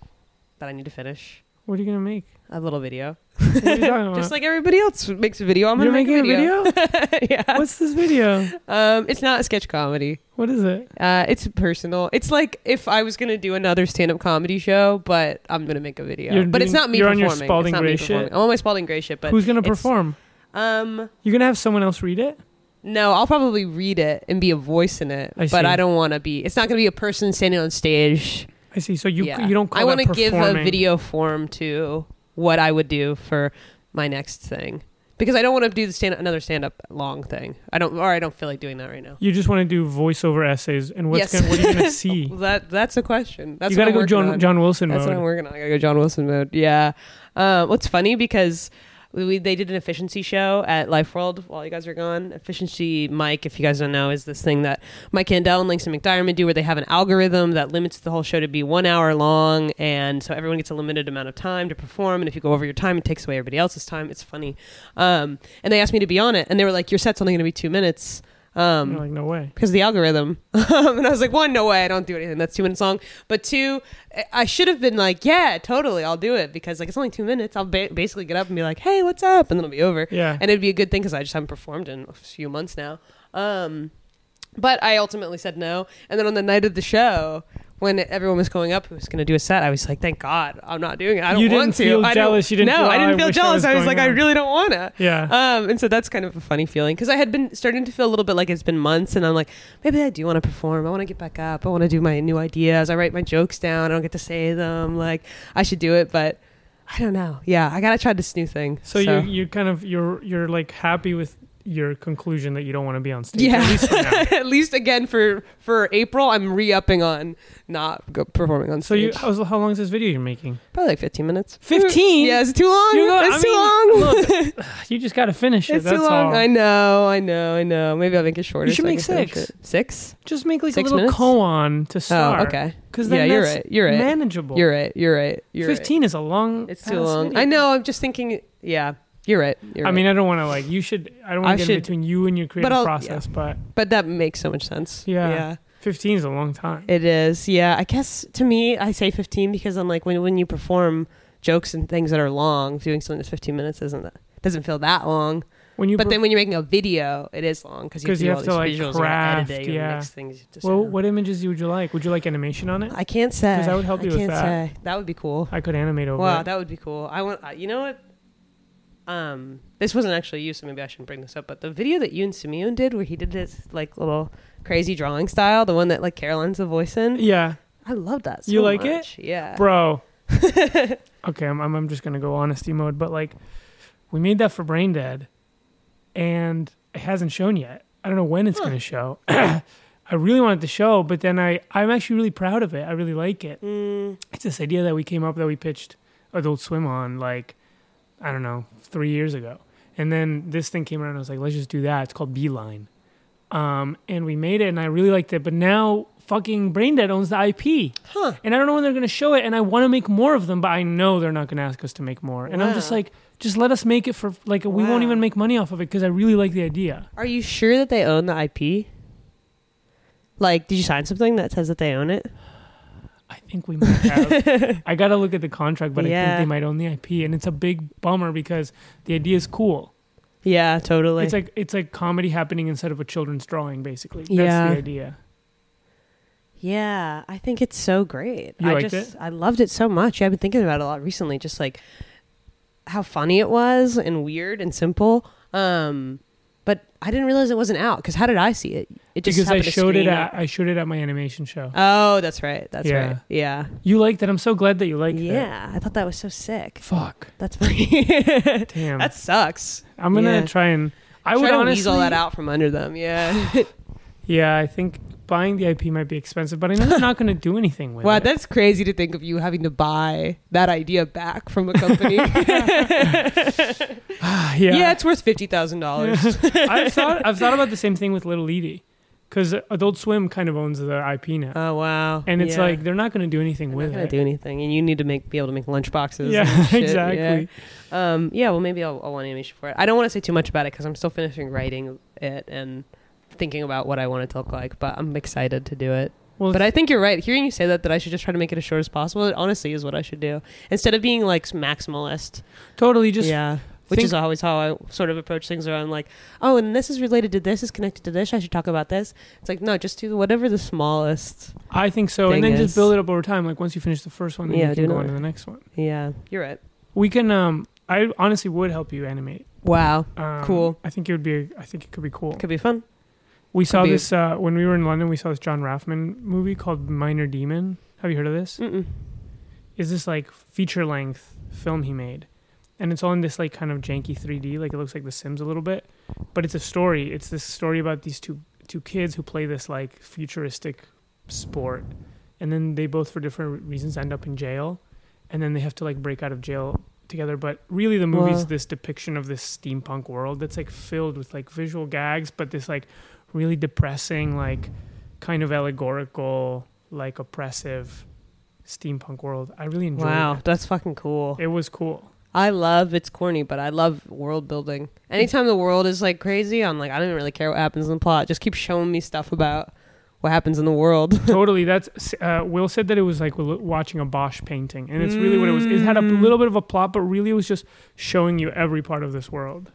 that I need to finish.
What are you gonna make?
A little video.
What are you talking about?
Just like everybody else makes a video, I'm
Uh-huh. You're
gonna make
making
a video.
a video.
yeah.
What's this video?
Um, it's not a sketch comedy.
What is it?
Uh, it's personal. It's like if I was gonna do another stand-up comedy show, but I'm gonna make a video.
You're
but it's
doing-
not me
you're on
performing.
your
It's
Spalding
not me
Gray shit?
performing. I'm on my Spalding Gray shit, but
Who's gonna
it's-
perform?
um,
You're gonna have someone else read it.
no, I'll probably read it and be a voice in it,
I
but
see.
I don't want to be. It's not gonna be a person standing on stage
I see. So you
Yeah.
you don't. Call
I
want to
give a video form to what I would do for my next thing because I don't want to do the stand another stand up long thing. I don't or I don't feel like doing that right now.
You just want to do voiceover essays, and what's
Yes.
gonna, what are you going to see?
That that's a question. That's
you
got
gotta
to
go John
on.
John Wilson
That's what I'm
mode.
working on. I gotta go John Wilson mode. Yeah. Um, what's funny because we, we they did an efficiency show at Life World while you guys were gone. Efficiency Mike, if you guys don't know, is this thing that Mike Candell and Langston McDiarmid do where they have an algorithm that limits the whole show to be one hour long and so everyone gets a limited amount of time to perform and if you go over your time it takes away everybody else's time. It's funny. Um, and they asked me to be on it and they were like, Your set's only gonna be two minutes. Um,
You're like no way.
because of the algorithm. Um, and I was like, one, no way, I don't do anything. That's two minutes long. But two, I- I should have been like, yeah, totally, I'll do it because like it's only two minutes. I'll ba- basically get up and be like, hey, what's up, and then it'll be over.
Yeah.
And it'd be a good thing because I just haven't performed in a few months now. Um, but I ultimately said no. And then on the night of the show. When everyone was going up, who was going to do a set? I was like, "Thank God, I'm not doing it. I don't
You didn't
want to."
feel
I don't-
jealous. You didn't
No,
feel,
I
"Oh, I
didn't feel
wish I
jealous.
was
I was
going
like, "I
on."
really don't want to."
yeah.
Um, and so that's kind of a funny feeling because I had been starting to feel a little bit like it's been months, and I'm like, maybe I do want to perform. I want to get back up. I want to do my new ideas. I write my jokes down. I don't get to say them. Like I should do it, but I don't know. Yeah, I gotta try this new thing.
so you you kind of you're you're like happy with your conclusion that you don't want to be on stage.
yeah.
At least for now.
At least again for for April, I'm re-upping on not go performing on
So you
stage.
how, how long is this video you're making?
probably like 15 minutes.
15?
Yeah, is it too long?
You know, I
it's too
mean,
long.
You just got to finish it.
it's
that's
too long.
all.
I know. I know. I know. Maybe I'll make it shorter.
You should
so I
make
can finish
six.
it. Six?
Just make like
Six
a little
minutes?
koan to start.
Oh, okay.
Because
yeah,
then
you're
that's
right. You're right.
manageable.
You're right. You're right. You're right.
Fifteen is a long.
It's too
ass
long.
video.
I know. I'm just thinking. Yeah, you're right. You're
I
right.
mean, I don't want to like. You should. I don't
I
want to get in
should-
between you and your creative
I'll-
process. But
but that makes so much sense.
Yeah.
yeah,
fifteen is a long time.
it is. Yeah, I guess to me, I say 15 because I'm like when when you perform jokes and things that are long, doing something that's 15 minutes isn't that doesn't feel that long.
when you
But
per-
then when you're making a video, it is long because you,
'Cause you
have to do
have
all
to,
these
like,
visuals and
craft,
editing and
yeah.
mix things. to
well,
sound.
what images would you like? Would you like animation on it?
I can't say
'Cause I would help you
I
with
can't
that.
Say. That would be cool.
I could animate over
Wow,
it.
that would be cool. I want. uh, You know what? Um, this wasn't actually you, so maybe I shouldn't bring this up. But the video that you and Simeon did, where he did this like little crazy drawing style, the one that like Caroline's the voice in,
yeah,
I love that. So
You like it?
much. Yeah.
bro. okay, I'm, I'm I'm just gonna go honesty mode. But like, we made that for Brain Dead, and it hasn't shown yet. I don't know when it's gonna show. I really wanted to show, but then I I'm actually really proud of it. I really like it.
Mm,
it's this idea that we came up that we pitched Adult Swim on like I don't know three years ago, and then this thing came around. and I was like, let's just do that. It's called Beeline, um, and we made it, and I really liked it. But now fucking Braindead owns the IP,
Huh.
and I don't know when they're gonna show it. And I want to make more of them, but I know they're not gonna ask us to make more. And I'm just
Wow.
like, just let us make it for like we
Wow.
won't even make money off of it because I really like the idea.
are you sure that they own the IP? Like, did you sign something that says that they own it?
I think we might have. I gotta look at the contract, but I
Yeah.
think they might own the IP, and it's a big bummer because the idea is cool.
Yeah, totally.
it's like it's like comedy happening instead of a children's drawing basically that's
Yeah.
the idea
Yeah, I think it's so great.
You
I
liked
just I loved it so much. Yeah, I've been thinking about it a lot recently, just like how funny it was and weird and simple. Um but I didn't realize it wasn't out cuz how did I see it? It just
because i
happened to
showed it
screen
at i showed it at my animation show
Oh, that's right. That's
Yeah.
right. Yeah.
you liked it i'm so glad that you liked it
yeah, I thought that was so sick.
fuck
That's funny.
damn
that sucks.
i'm gonna
yeah.
try and i
Try
would
to
honestly
weasel that out from under them. Yeah.
yeah i think buying the ip might be expensive but i know they're not gonna do anything with
wow,
it
that's crazy to think of you having to buy that idea back from a company.
Ah,
Yeah,
yeah,
it's worth fifty thousand dollars.
i've thought i've thought about the same thing with little edie because adult swim kind of owns the ip now
Oh wow!
and it's
Yeah.
like they're not gonna do anything
I'm not
with
gonna
it
do anything, and you need to make be able to make lunch boxes.
yeah
and shit,
exactly
Yeah. Um, yeah. Well, maybe I'll, I'll want animation for it. I don't want to say too much about it because I'm still finishing writing it and thinking about what I want it to look like. But I'm excited to do it.
well
But I think you're right. Hearing you say that, that I should just try to make it as short as possible. It honestly is what I should do instead of being like maximalist.
totally just
yeah. Which
think-
is always how I sort of approach things where I'm like, oh, and this is related to this, is connected to this, I should talk about this. It's like, no, just do whatever the smallest
I think so,
thing
and then
is-
just build it up over time. Like once you finish the first one, then
Yeah,
you
do
can go on
another.
to the next one.
Yeah, you're right.
We can. Um, I honestly would help you animate.
Wow,
Um,
Cool.
I think it would be. I think it could be cool.
could be fun.
we saw
be-
this uh, when we were in London. We saw this John Raffman movie called Minor Demon. Have you heard of this?
Mm-mm.
Is this like feature length film he made? and it's all in this like kind of janky 3D. Like it looks like The Sims a little bit, but it's a story. It's this story about these two two kids who play this like futuristic sport, and then they both for different reasons end up in jail, and then they have to like break out of jail together. But really, the movie's
Wow.
this depiction of this steampunk world that's like filled with like visual gags, but this like really depressing, like kind of allegorical, like oppressive steampunk world. I really enjoyed
wow,
it.
that's fucking cool.
It was cool.
I love it's corny, but I love world building. Anytime the world is like crazy, I'm like, I don't really care what happens in the plot. Just keep showing me stuff about what happens in the world.
totally. That's uh, Will said that it was like lo- watching a Bosch painting, and it's really what it was. It had a
Mm.
little bit of a plot, but really it was just showing you every part of this world.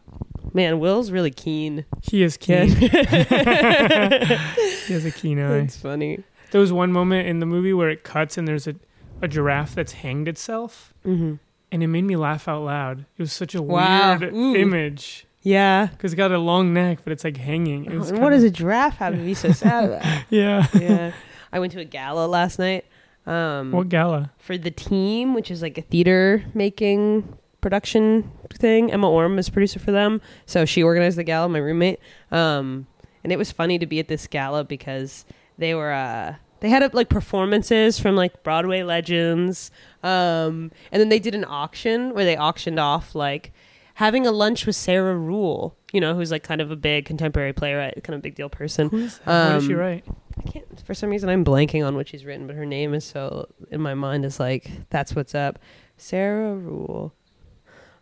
Man, Will's really keen.
He is keen. he has a keen eye.
That's funny.
There was one moment in the movie where it cuts and there's a, a giraffe that's hanged itself,
Mm-hmm.
and it made me laugh out loud. It was such a
Wow.
weird
Ooh.
image
Yeah.
because it got a long neck, but it's like hanging. It was
And what
kinda-
does a giraffe have to be so sad about?
Yeah.
yeah. I went to a gala last night um,
What gala?
for The Team, which is like a theater making production thing. Emma Orm is producer for them. So she organized the gala, my roommate. Um, and it was funny to be at this gala because they were. Uh, they had like performances from like Broadway legends, um, and then they did an auction where they auctioned off like having a lunch with Sarah Rule, you know, who's like kind of a big contemporary playwright, kind of big deal person.
Who is that? what did she
Um,
write?
I can't for some reason I'm blanking on what she's written, but her name is so in my mind is like that's what's up. Sarah Rule.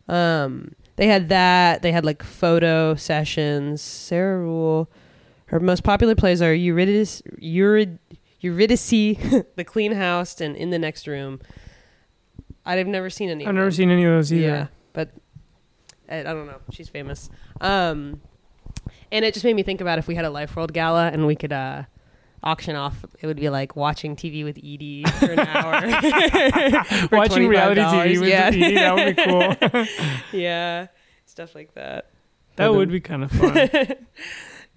Um they had that, they had like photo sessions. Sarah Rule. Her most popular plays are Eurydice Eurid Eurydice, The Clean House, and In the Next Room. I've never seen any.
I've
of
never
them.
seen any of those either.
Yeah, but I, I don't know. She's famous. Um, and it just made me think about if we had a Life World gala and we could uh, auction off, it would be like watching TV with Edie for an hour. For
Watching reality
$25.
TV with
Yeah.
Edie, that would be cool.
yeah, stuff like that.
that
But,
would
um,
be kind of fun.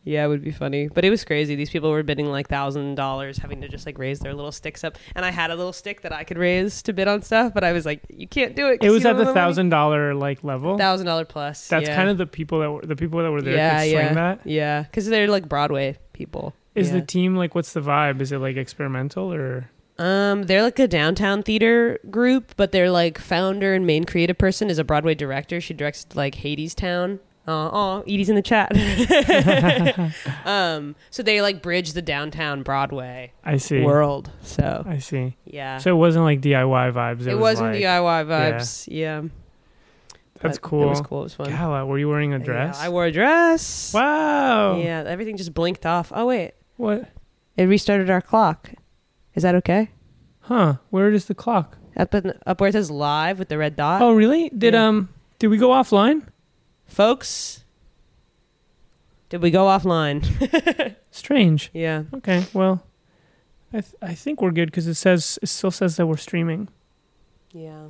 Yeah, it would be funny. But it was crazy. These people were bidding like thousand dollars, having to just like raise their little sticks up. And I had a little stick that I could raise to bid on stuff, but I was like, you can't do it.
It was at the thousand dollar like level.
thousand dollar plus.
That's
yeah.
kind of the people that were the people that were there
Yeah,
could swing
yeah.
that.
Yeah, because they're like Broadway people.
Is
yeah.
the team like what's the vibe? Is it like experimental or
um they're like a downtown theater group, but their like founder and main creative person is a Broadway director. She directs like Hades Town. Uh, oh, Edie's in the chat. um, so they like bridge the downtown Broadway
I see.
world. So
I see.
yeah,
So it wasn't like DIY vibes. It,
it wasn't
like,
DIY vibes. Yeah,
That's
but It
cool.
was cool. It was fun.
Gala, were you wearing a dress?
Yeah, I wore a dress.
Wow.
Yeah, everything just blinked off. Oh wait,
What?
it restarted our clock. Is that okay?
Huh? Where is the clock?
Up in, up where it says live with the red dot.
oh, really? Did
yeah.
um did we go offline?
Folks, did we go offline?
Strange.
yeah.
Okay. Well, I th- I think we're good because it says it still says that we're streaming.
Yeah.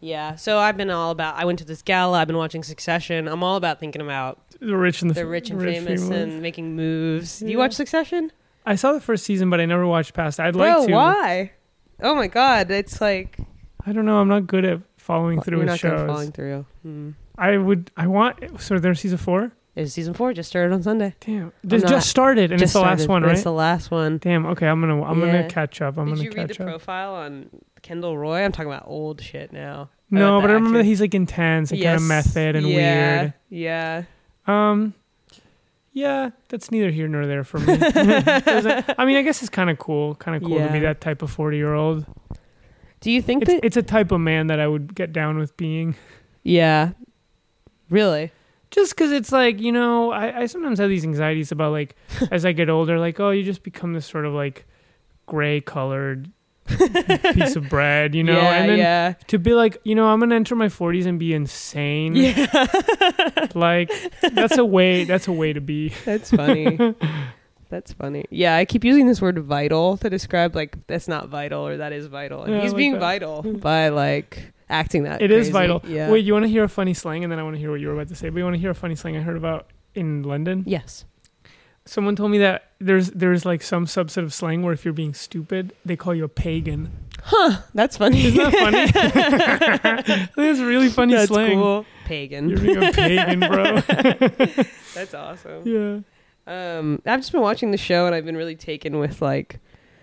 Yeah. So I've been all about I went to this gala, I've been watching Succession. I'm all about thinking about
The rich and the,
the
f-
rich and famous
famous.
and making moves.
Yeah.
You watch Succession?
I saw the first season, but I never watched past. I'd
Bro,
like to.
why? Oh my god, it's like
I don't know. I'm not good at following through
you're
with
not gonna
shows.
falling through. Hmm.
I would. I want. So there's season four.
It was season four, just started on Sunday.
Damn, this
not-
just started, and
Just
it's the last
started.
one,
It's
right?
the last one.
Damn. Okay, I'm gonna. I'm
Yeah.
gonna catch up. I'm
Did
gonna
you read
catch
the
up.
profile on Kendall Roy? I'm talking about old shit now.
no,
about
but
the
I remember
actor.
that he's like intense and kind of method and
yeah,
weird.
Yeah.
Um, yeah, that's neither here nor there for me. Doesn't- I mean, I guess it's kind of cool. Kind of cool to be
Yeah.
that type of forty year old.
Do you think
It's,
that?
it's a type of man that I would get down with being.
yeah. Really?
just because it's like you know I, I sometimes have these anxieties about like as i get older like oh you just become this sort of like gray colored piece of bread you know
Yeah.
and then
yeah.
to be like you know i'm gonna enter my 40s and be insane
Yeah.
like that's a way that's a way to be
That's funny. That's funny. Yeah, I keep using this word vital to describe like that's not vital or that is vital. And
Yeah, I
he's
like
being
that.
vital by like acting that.
It is
uh, crazy.
vital
Yeah.
wait you want to hear a funny slang and then i want to hear what you were about to say but you want to hear a funny slang i heard about in london
Yes.
someone told me that there's there's like some subset of slang where if you're being stupid they call you a pagan
That's funny.
Isn't that funny? That's really funny
That's
slang.
cool. Pagan.
You're being a pagan, bro.
That's awesome.
yeah.
Um, I've just been watching the show and I've been really taken with like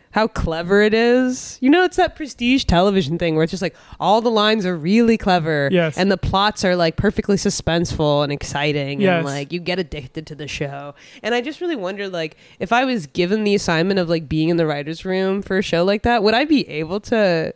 how clever it is. You know, it's that prestige television thing where it's just like all the lines are really clever.
Yes.
And the plots are like perfectly suspenseful and exciting
Yes.
and like you get addicted to the show. And I just really wonder like if I was given the assignment of like being in the writers room for a show like that, would I be able to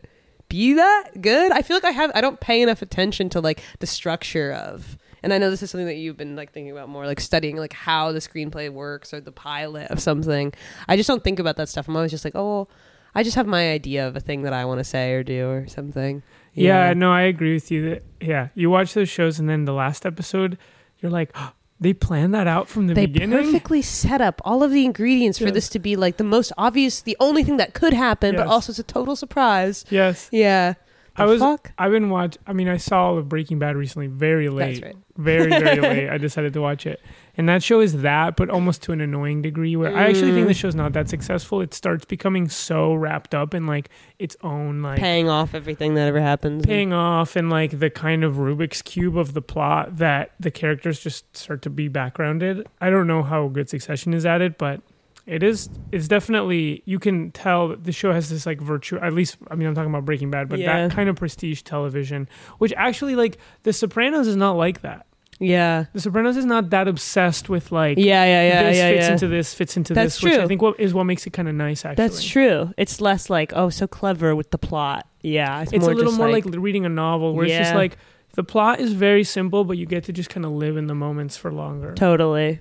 be that good? I feel like I have I don't pay enough attention to like the structure of and I know this is something that you've been like thinking about more, like studying like how the screenplay works or the pilot of something. I just don't think about that stuff. I'm always just like, oh, well, I just have my idea of a thing that I want to say or do or something.
Yeah, no, I agree with you. That yeah, you watch those shows and then the last episode, you're like, "Oh, they planned that out from the
they
beginning.
perfectly set up all of the ingredients for
Yes.
this to be like the most obvious, the only thing that could happen, but
Yes.
also it's a total surprise.
Yes,
Yeah. The
I was.
fuck?
I've been watch. I mean, I saw all of Breaking Bad recently, very late,
That's right.
very very late. I decided to watch it, and that show is that, but almost to an annoying degree. Where I actually think
Mm.
the show's not that successful. It starts becoming so wrapped up in like its own like
Paying off everything that ever happens.
paying off and like the kind of Rubik's cube of the plot that the characters just start to be backgrounded. I don't know how good Succession is at it, but it is. It's definitely you can tell that the show has this like virtue. At least I mean I'm talking about Breaking Bad, but
Yeah.
that kind of prestige television, which actually like The Sopranos is not like that.
yeah.
The Sopranos is not that obsessed with like.
Yeah, yeah, yeah,
this
yeah,
fits
yeah.
into this, fits into
That's
this, which I
true.
think what is what makes it kind of nice. Actually,
That's true. It's less like, oh, so clever with the plot. Yeah.
it's a little
just
more like, reading a novel where it's just
Yeah.
like the plot is very simple but you get to just kind of live in the moments for longer
Totally.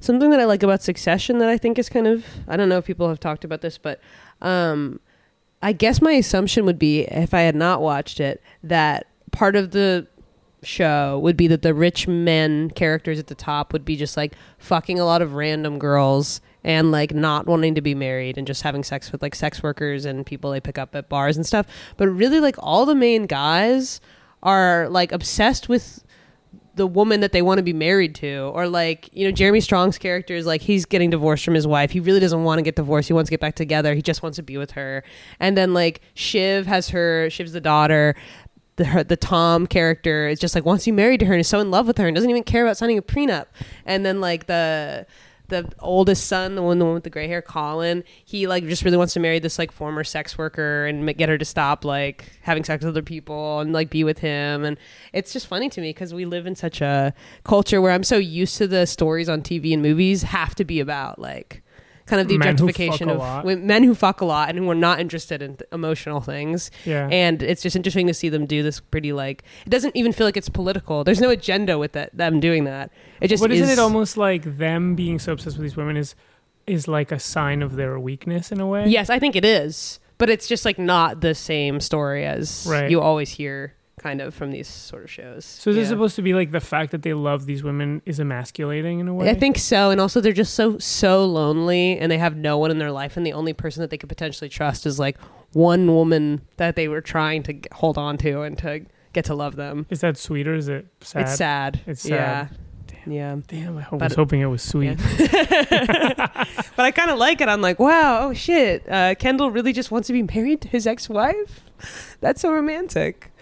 Something that I like about Succession that I think is kind of I don't know if people have talked about this, but um, I guess my assumption would be if I had not watched it that part of the show would be that the rich men characters at the top would be just like fucking a lot of random girls and like not wanting to be married and just having sex with like sex workers and people they pick up at bars and stuff. But really like all the main guys are like obsessed with the woman that they want to be married to or like you know jeremy strong's character is like he's getting divorced from his wife he really doesn't want to get divorced he wants to get back together he just wants to be with her and then like shiv has her shiv's the daughter the, her, the Tom character is just like wants to be married to her and is so in love with her and doesn't even care about signing a prenup. And then like the the oldest son, the one the one with the gray hair, Colin, he like just really wants to marry this like former sex worker and ma- get her to stop like having sex with other people and like be with him. And it's just funny to me because we live in such a culture where I'm so used to the stories on TV and movies have to be about like kind of the
Men who fuck
objectification
a
of
lot.
wo- men who fuck a lot and who are not interested in th- emotional things
yeah
and it's just interesting to see them do this pretty like it doesn't even feel like it's political there's no agenda with that them doing that it just
but isn't
is-
it almost like them being so obsessed with these women is is like a sign of their weakness in a way
yes i think it is but it's just like not the same story as
Right.
you always hear kind of from these sort of shows
so is
yeah.
this supposed to be like the fact that they love these women is emasculating in a way
I think so, and also they're just so so lonely, and they have no one in their life, and the only person that they could potentially trust is like one woman that they were trying to g- hold on to and to get to love them.
is that sweet or is it sad
It's sad.
It's
Yeah. Yeah.
damn i hope,
But-
was hoping it was sweet
Yeah. but I kind of like it. I'm like, wow, oh shit. Uh, Kendall really just wants to be married to his ex wife. That's so romantic.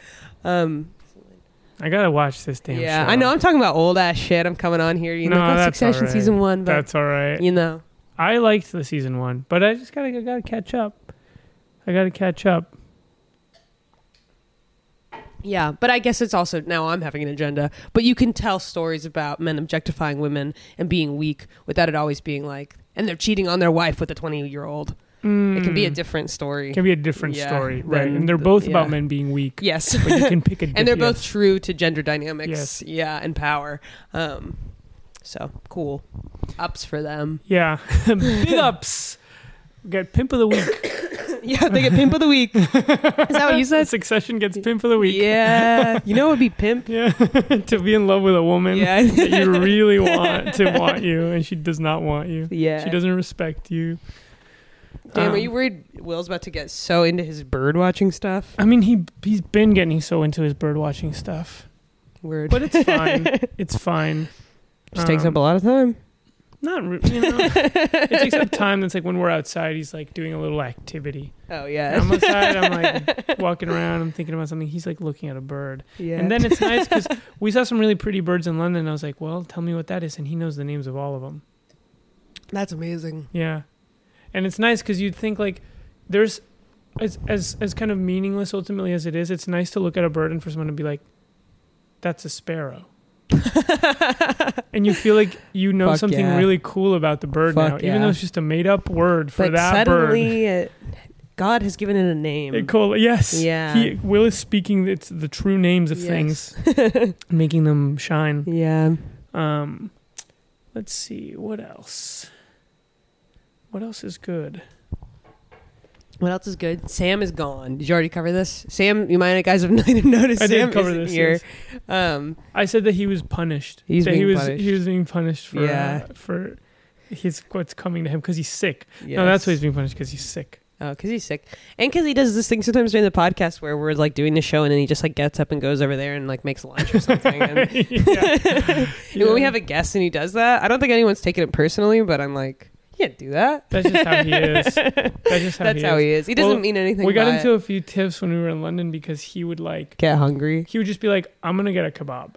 Um,
i gotta watch this damn
yeah,
show.
I know. I'm talking about old ass shit. I'm coming on here. You know,
No,
that's
that's
Succession
all right.
season one, but
that's all right
you know,
I liked the season one, but I just gotta I gotta catch up. I gotta catch up.
yeah. But I guess it's also now I'm having an agenda. But you can tell stories about men objectifying women and being weak without it always being like, and they're cheating on their wife with a 20 year old. It can be a
Mm.
different story.
can be a different
Yeah,
story,
than
right? And they're
the-
both
yeah.
about men being weak,
yes.
but you can pick a.
and they're both
yes.
true to gender dynamics
Yes.
yeah and power um so cool ups for them
yeah, big ups. Get pimp of the week.
yeah they get pimp of the week is that what you said
Succession gets pimp of the week.
yeah you know it would be pimp
Yeah, to be in love with a woman
Yeah.
that you really want to want you, and she does not want you.
yeah
She doesn't respect you.
damn are
Um,
you worried will's about to get so into his bird watching stuff
I mean, he he's been getting so into his bird watching stuff,
word
but it's fine. it's fine.
just takes
Um,
up a lot of time
Not re- you know. it's except time that's like when we're outside, he's like doing a little activity.
Oh
And
yeah.
I'm outside, I'm like walking around, I'm thinking about something. He's like looking at a bird.
yeah.
And then it's nice because we saw some really pretty birds in London. And I was like, well, tell me what that is. And he knows the names of all of them.
that's amazing.
Yeah. And it's nice because you'd think like there's as, as as kind of meaningless ultimately as it is, it's nice to look at a bird and for someone to be like, that's a sparrow. and you feel like you know
Fuck
something
yeah.
really cool about the bird
Fuck
now,
yeah.
even though it's just a made up word for
like
that bird.
suddenly, it, God has given it a name.
It cool. Yes.
Yeah.
He, Will is speaking. It's the true names of things, making them shine.
yeah.
Um, let's see what else. What else is good?
What else is good? Sam is gone. Did you already cover this? Sam, you might guys have not even noticed.
I
Sam
did cover
isn't
this.
here.
yes.
Um,
I said that he was punished.
He's
that he
being
was
punished.
he was being punished for
Yeah.
uh, for his what's coming to him because he's sick.
yes.
No, that's why he's being punished because he's sick.
Oh, because he's sick, and because he does this thing sometimes during the podcast where we're like doing the show, and then he just like gets up and goes over there and like makes lunch or something. And,
Yeah.
and when we have a guest and he does that, I don't think anyone's taken it personally, but I'm like, you can't do that.
That's just how he is. That's just how
That's
he
how
is.
he is. He doesn't
Well,
mean anything.
we got
by
into
it.
a few tips when we were in London because he would like
get hungry.
he would just be like, "I'm gonna get a kebab,"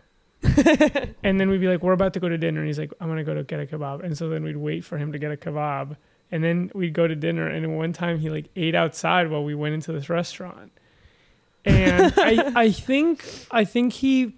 and then we'd be like, "We're about to go to dinner," and he's like, "I'm gonna go to get a kebab," and so then we'd wait for him to get a kebab, and then we'd go to dinner, and one time he like ate outside while we went into this restaurant, and I I think I think he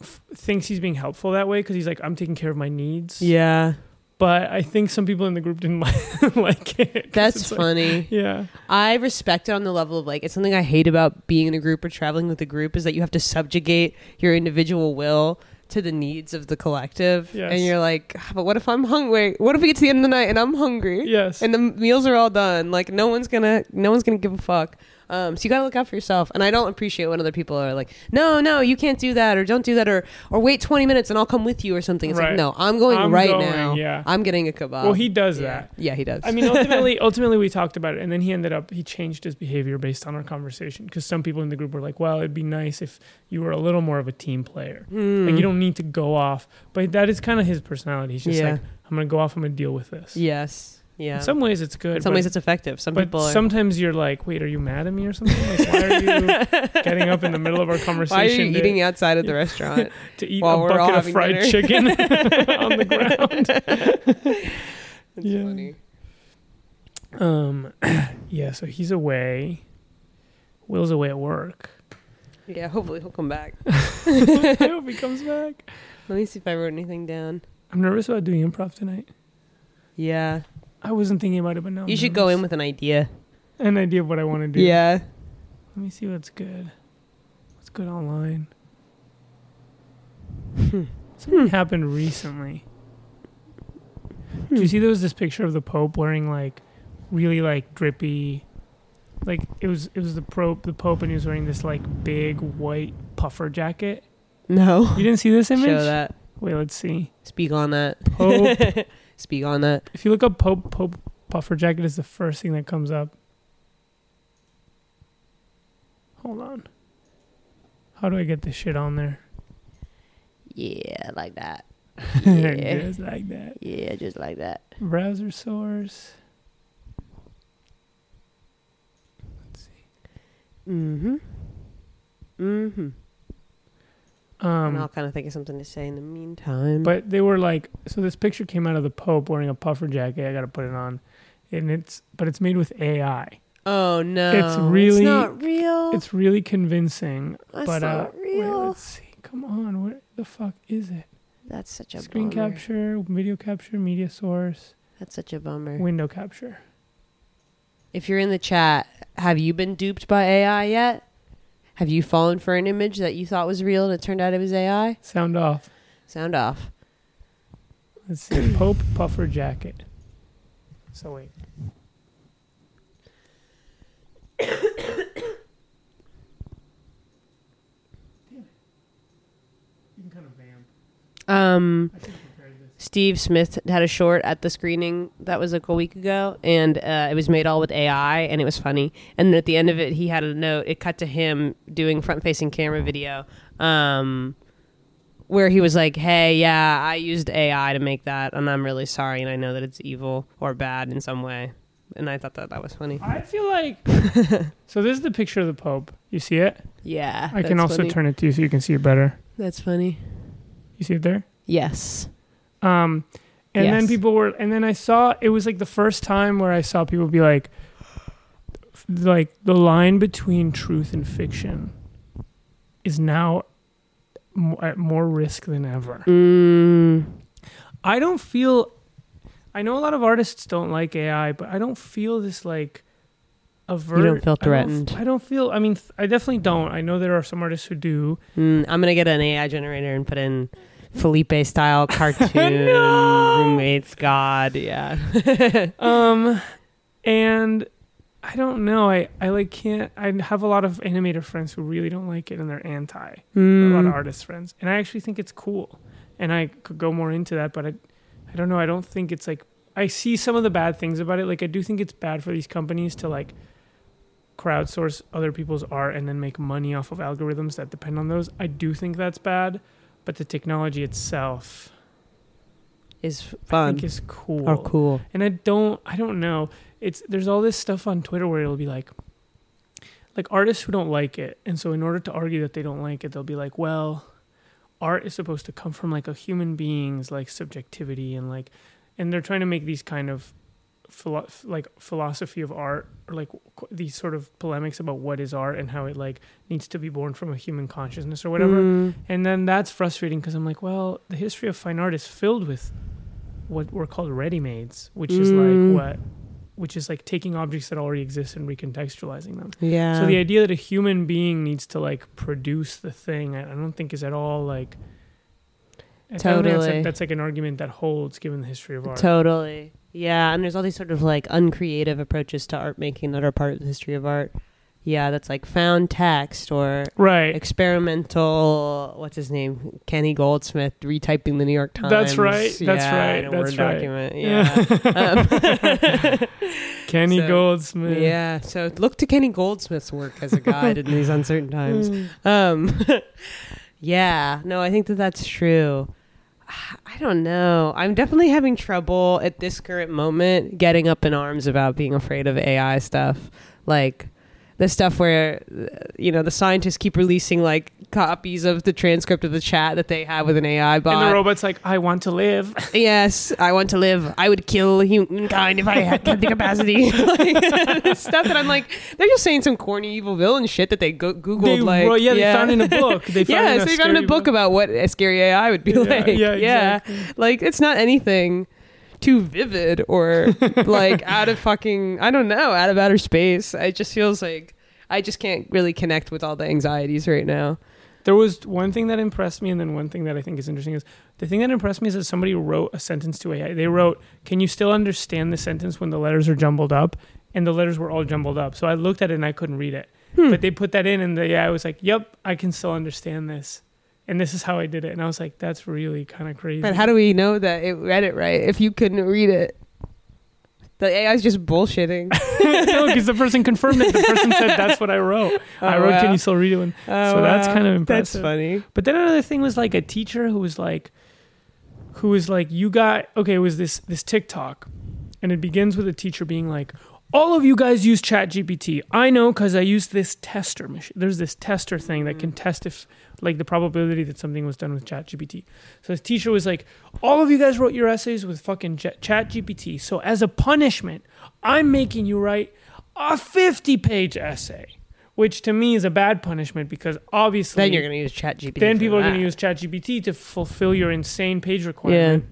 f- thinks he's being helpful that way because he's like, "I'm taking care of my needs,"
Yeah,
but I think some people in the group didn't like, like it. 'cause
that's
it's like-
funny.
yeah.
I respect it on the level of like it's something I hate about being in a group or traveling with a group is that you have to subjugate your individual will to the needs of the collective,
Yes.
and you're like, "Ah, but what if I'm hungry? What if we get to the end of the night and I'm hungry
Yes.
and the meals are all done? Like no one's gonna, no one's gonna give a fuck. Um, so you gotta look out for yourself. And I don't appreciate when other people are like, no, no, you can't do that, or don't do that, or or wait 20 minutes and I'll come with you or something. It's
Right.
like, no, I'm going
I'm
right
going,
now.
yeah.
I'm getting a kebab.
well, he does
Yeah.
that.
Yeah, he does.
I mean, ultimately, ultimately, we talked about it, and then he ended up he changed his behavior based on our conversation because some people in the group were like, "Well, it'd be nice if you were a little more of a team player. Like,
Hmm.
you don't need to go off." But that is kind of his personality. He's just
Yeah.
like, "I'm gonna go off. I'm gonna deal with this."
yes. Yeah.
In some ways, it's good.
In some
but,
ways, it's effective. Some
but
people are.
sometimes you're like, "Wait, are you mad at me or something? Like, why are you getting up in the middle of our
Why are
conversation
you
to,
eating outside at the restaurant?
to eat
while
a
we're all
bucket of
having
fried
dinner?"
chicken on the ground?"
That's
Yeah.
funny.
Um, yeah. So he's away. Will's away at work.
Yeah, hopefully he'll come back.
I hope he comes back.
Let me see if I wrote anything down.
I'm nervous about doing improv tonight.
Yeah.
I wasn't thinking about it, but now I'm
you should go in
nervous.
with an idea.
an idea of what Oh, I want to do.
Yeah.
Let me see what's good. What's good online?
Hmm.
Something happened recently.
Hmm.
Did you see there was this picture of the Pope wearing like really like drippy like it was it was the pro the Pope and he was wearing this like big white puffer jacket.
No.
You didn't see this image?
Show that.
Wait, let's see.
Speak on that.
Pope
Speak on that.
If you look up Pope Pope puffer jacket is the first thing that comes up. Hold on. How do I get this shit on there?
Yeah, like that. Yeah.
Just like that.
Yeah, just like that.
Browser source. Let's see.
Mm-hmm.
Um,
Mm-hmm. and I'll
Um
kind of think of something to say in the meantime.
but they were like so this picture came out of the Pope wearing a puffer jacket. I got to put it on. And it's but it's made with AI.
oh no,
really-
not real.
It's really convincing.
Oh. That's
but
not
uh wait,
real.
let's see. Come on. Where the fuck is it?
That's such a
Screen
bummer.
capture, video capture, media source,
That's such a bummer.
window capture.
If you're in the chat, have you been duped by AI yet? Have you fallen for an image that you thought was real and it turned out it was AI?
Sound off.
Sound off.
Let's see. Pope puffer jacket. So wait.
Um, Steve Smith had a short at the screening that was like a week ago, and uh, it was made all with AI, and it was funny. And at the end of it, he had a note. It cut to him doing front-facing camera video. Um, where he was like, "Hey, yeah, I used AI to make that, and I'm really sorry, and I know that it's evil or bad in some way." And I thought that that was funny.
I feel like. so this is the picture of the Pope. You see it?
Yeah,
I can also turn it to you so you can see it better.
That's funny.
You see it there?
Yes.
Um, and then
Yes.
people were, and then I saw it was like the first time where I saw people be like, f- like the line between truth and fiction is now m- at more risk than ever.
Mm,
I don't feel. I know a lot of artists don't like AI, but I don't feel this like. Aver-
feel
I
threatened.
I don't, feel. I mean, th- I definitely don't. I know there are some artists who do.
mm, I'm gonna get an AI generator and put in Felipe style cartoon
No!
roommates. God, yeah.
Um, and I don't know. I I like can't. I have a lot of animator friends who really don't like it, and they're anti.
Hmm,
A lot of artist friends, and I actually think it's cool, and I could go more into that, but I, I don't know. I don't think it's like I see some of the bad things about it. Like I do think it's bad for these companies to like crowdsource other people's art and then make money off of algorithms that depend on those. I do think that's bad, but the technology itself
is
I
fun
think is
or cool.
and I don't I don't know. It's there's all this stuff on Twitter where it'll be like like artists who don't like it. And so in order to argue that they don't like it, they'll be like, "Well, art is supposed to come from like a human being's like subjectivity and like and they're trying to make these kind of philo- like philosophy of art or like qu- these sort of polemics about what is art and how it like needs to be born from a human consciousness or whatever.
Mm.
And then that's frustrating because I'm like, well, the history of fine art is filled with what were called ready-mades, which is
Mm.
like what, which is like taking objects that already exist and recontextualizing them.
Yeah.
So the idea that a human being needs to like produce the thing, I I don't think is at all like. I don't think That's
Totally.
like, that's like an argument that holds given the history of art.
Totally. Yeah, and there's all these sort of like uncreative approaches to art making that are part of the history of art. Yeah, that's like found text or
right.
experimental. What's his name? Kenny Goldsmith retyping the New York Times.
That's right, that's
Yeah,
right,
in a
that's
Word
right.
document. Yeah. Um,
Kenny
So-
Goldsmith.
yeah. So look to Kenny Goldsmith's work as a guide in these uncertain times.
Hmm.
Um, yeah, no, I think that that's true. I don't know. I'm definitely having trouble at this current moment getting up in arms about being afraid of AI stuff. Like the stuff where, uh, you know, the scientists keep releasing like copies of the transcript of the chat that they have with an AI bot.
And the robot's like, I want to live.
Yes, I want to live. I would kill humankind if I had the capacity. like, stuff that I'm like, they're just saying some corny evil villain shit that they go- googled.
They-
like,
well, yeah, they found in a book. They found
yeah,
in a
so they found in
scary
a book about what a scary AI would be
Yeah,
like.
yeah,
Yeah, like it's not anything too vivid or like out of fucking I don't know, out of outer space. It just feels like I just can't really connect with all the anxieties right now.
There was one thing that impressed me, and then one thing that I think is interesting is the thing that impressed me is that somebody wrote a sentence to AI. They wrote, "Can you still understand the sentence when the letters are jumbled up?" And the letters were all jumbled up, so I looked at it and I couldn't read it.
Hmm.
But they put that in, and the AI was like, "Yep, I can still understand this." And this is how I did it. And I was like, "That's really kind of crazy."
But how do we know that it read it right if you couldn't read it? The AI's just bullshitting.
no, because the person confirmed it. The person said, "That's what I wrote." I
Oh,
wrote,
wow.
"Can you still read it?" When
Oh,
So that's kind of impressive.
That's funny.
But then another thing was like a teacher who was like, who was like, you got okay. It was this this TikTok, and it begins with a teacher being like, all of you guys use ChatGPT. I know because I use this tester machine. There's this tester thing that can test if like the probability that something was done with ChatGPT. So his teacher was like, all of you guys wrote your essays with fucking Ch- ChatGPT. So as a punishment, I'm making you write a 50 page essay. Which to me is a bad punishment because obviously
Then you're gonna use ChatGPT.
then
for
people are going
that.
to use ChatGPT to fulfill your insane page requirement.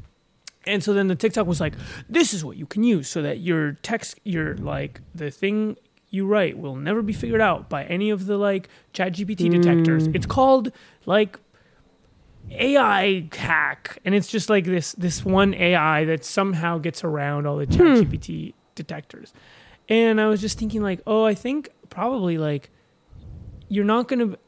And so then the TikTok was like, "This is what you can use so that your text, your like the thing you write will never be figured out by any of the like ChatGPT detectors. It's called like AI hack, and it's just like this this one AI that somehow gets around all the
Hmm.
ChatGPT detectors. And I was just thinking like, oh, I think probably like you're not going to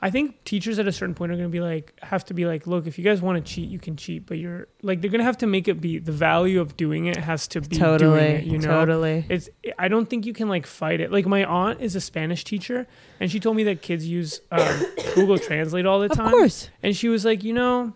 I think teachers at a certain point are going to be like have to be like, look, if you guys want to cheat, you can cheat, but you're like they're going to have to make it be the value of doing it has to be
totally,
doing it, you know.
totally.
It's I don't think you can like fight it. Like my aunt is a Spanish teacher and she told me that kids use um, Google Translate all the
Of
time.
course.
And she was like, you know,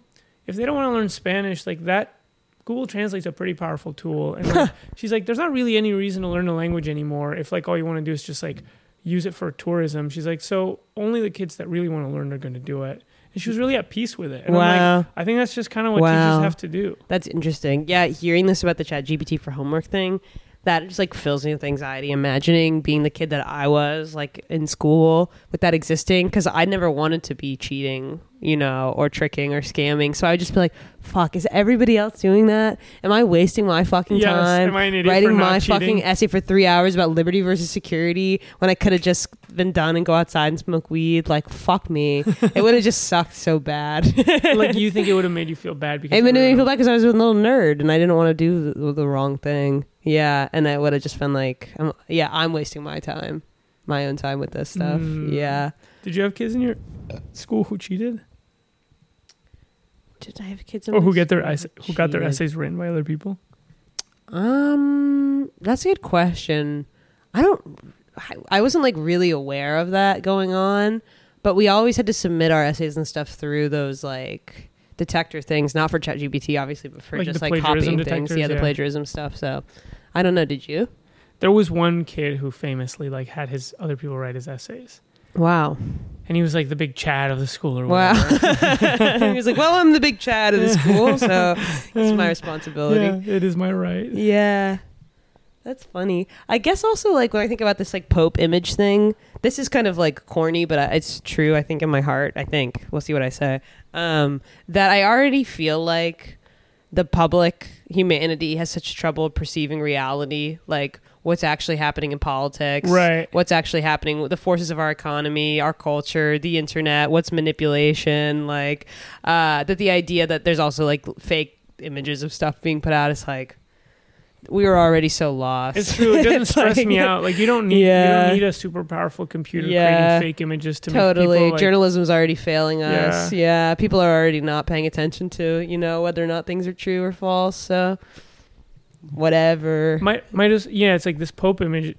if they don't want to learn Spanish, like that, Google Translate's a pretty powerful tool. And like, she's like, there's not really any reason to learn a language anymore if like all you want to do is just like use it for tourism. She's like, so only the kids that really want to learn are going to do it. And she was really at peace with it. And I'm
Wow.
like, I think that's just kind of what
Wow.
teachers have to do.
That's interesting. Yeah, hearing this about the chat GPT for homework thing, that just like fills me with anxiety. Imagining being the kid that I was, like in school, with that existing, because I never wanted to be cheating, you know, or tricking or scamming. So I would just be like, fuck, is everybody else doing that? Am I wasting my fucking
Yes,
time
am I an idiot for
writing
not
my
cheating?
fucking essay for three hours about liberty versus security when I could have just been done and go outside and smoke weed? Like, fuck me. it would have just sucked so bad.
like you think it would have made you feel bad because
It
you
made
were-
me feel bad because I was a little nerd and I didn't want to do the, the wrong thing. Yeah, and I would have just been like, I'm, yeah, I'm wasting my time, my own time with this stuff.
Mm.
Yeah.
Did you have kids in your school who cheated
Did I have kids?
or Oh, who get their essa- who got their essays written by other people?
Um, that's a good question. I don't. I, I wasn't like really aware of that going on, but we always had to submit our essays and stuff through those like detector things, not for ChatGPT obviously, but for
Like the
just like
plagiarism
copying things.
detectors,
Yeah, the
yeah.
plagiarism stuff. So, I don't know. Did you?
There was one kid who famously like had his other people write his essays.
Wow.
And he was like the big Chad of the school or
Wow.
whatever.
he was like, Well, I'm the big Chad of the school, so it's my
Yeah,
responsibility.
it is my right.
Yeah. That's funny. I guess also like when I think about this like Pope image thing, this is kind of like corny, but I- it's true. I think in my heart, I think we'll see what I say. Um, that I already feel like the public humanity has such trouble perceiving reality, like what's actually happening in politics,
Right.
What's actually happening with the forces of our economy, our culture, the internet, what's manipulation, like uh, that the idea that there's also like fake images of stuff being put out is like we were already so lost.
It's true. It doesn't
It's
stress
like-
me out. Like you don't need you
Yeah.
don't need a super powerful computer
Yeah.
creating fake images to
totally
make people like,
journalism's already failing us yeah. people are already not paying attention to you know whether or not things are true or false so whatever
might might just yeah. It's like this Pope image.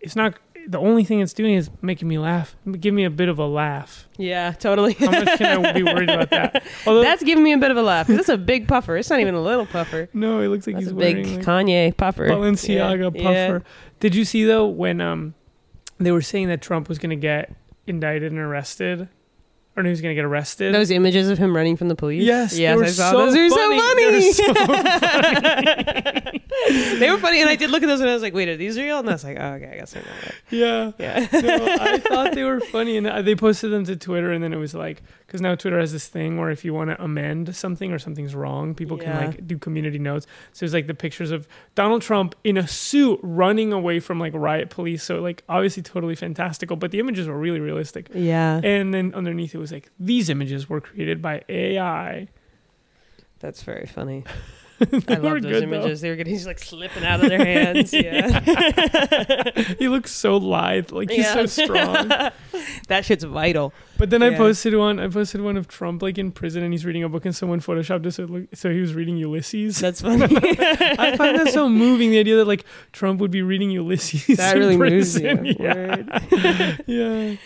It's not the only thing it's doing is making me laugh. Give me a bit of a laugh.
yeah totally
How much can I be worried about that? Although
that's giving me a bit of a laugh 'cause it's a big puffer it's not even a little puffer
no, it looks like
that's
he's
a
wearing
big
like,
kanye puffer
Balenciaga
Yeah. Yeah.
puffer. Did you see though when um they were saying that Trump was going to get indicted and arrested, or no, he was going to get arrested?
those images of him running from the police
Yes, they
yes
were
i saw
so
those are
funny.
so
They were
funny
so
they were funny and i did look at those and i was like wait are these real and i was like oh okay i guess they're not real.
yeah.
yeah
no, I thought they were funny, and I- they posted them to Twitter, and then it was like, because now Twitter has this thing where if you want to amend something or something's wrong, people
Yeah.
can like do community notes. So it's like the pictures of Donald Trump in a suit running away from like riot police. So like obviously totally fantastical, but the images were really realistic.
yeah
And then underneath it was like these images were created by AI.
That's very funny. I
were
love
good,
those
though.
images. They were getting just like slipping out of their hands. Yeah.
He looks so lithe, like he's
Yeah.
so strong.
that shit's vital.
But then I
Yeah.
posted one. I posted one of Trump like in prison, and he's reading a book, and someone photoshopped it so, it look, so he was reading Ulysses.
That's funny.
I find that so moving. The idea that like Trump would be reading Ulysses.
that
in
really moves you.
prison. Yeah.
Word.
yeah,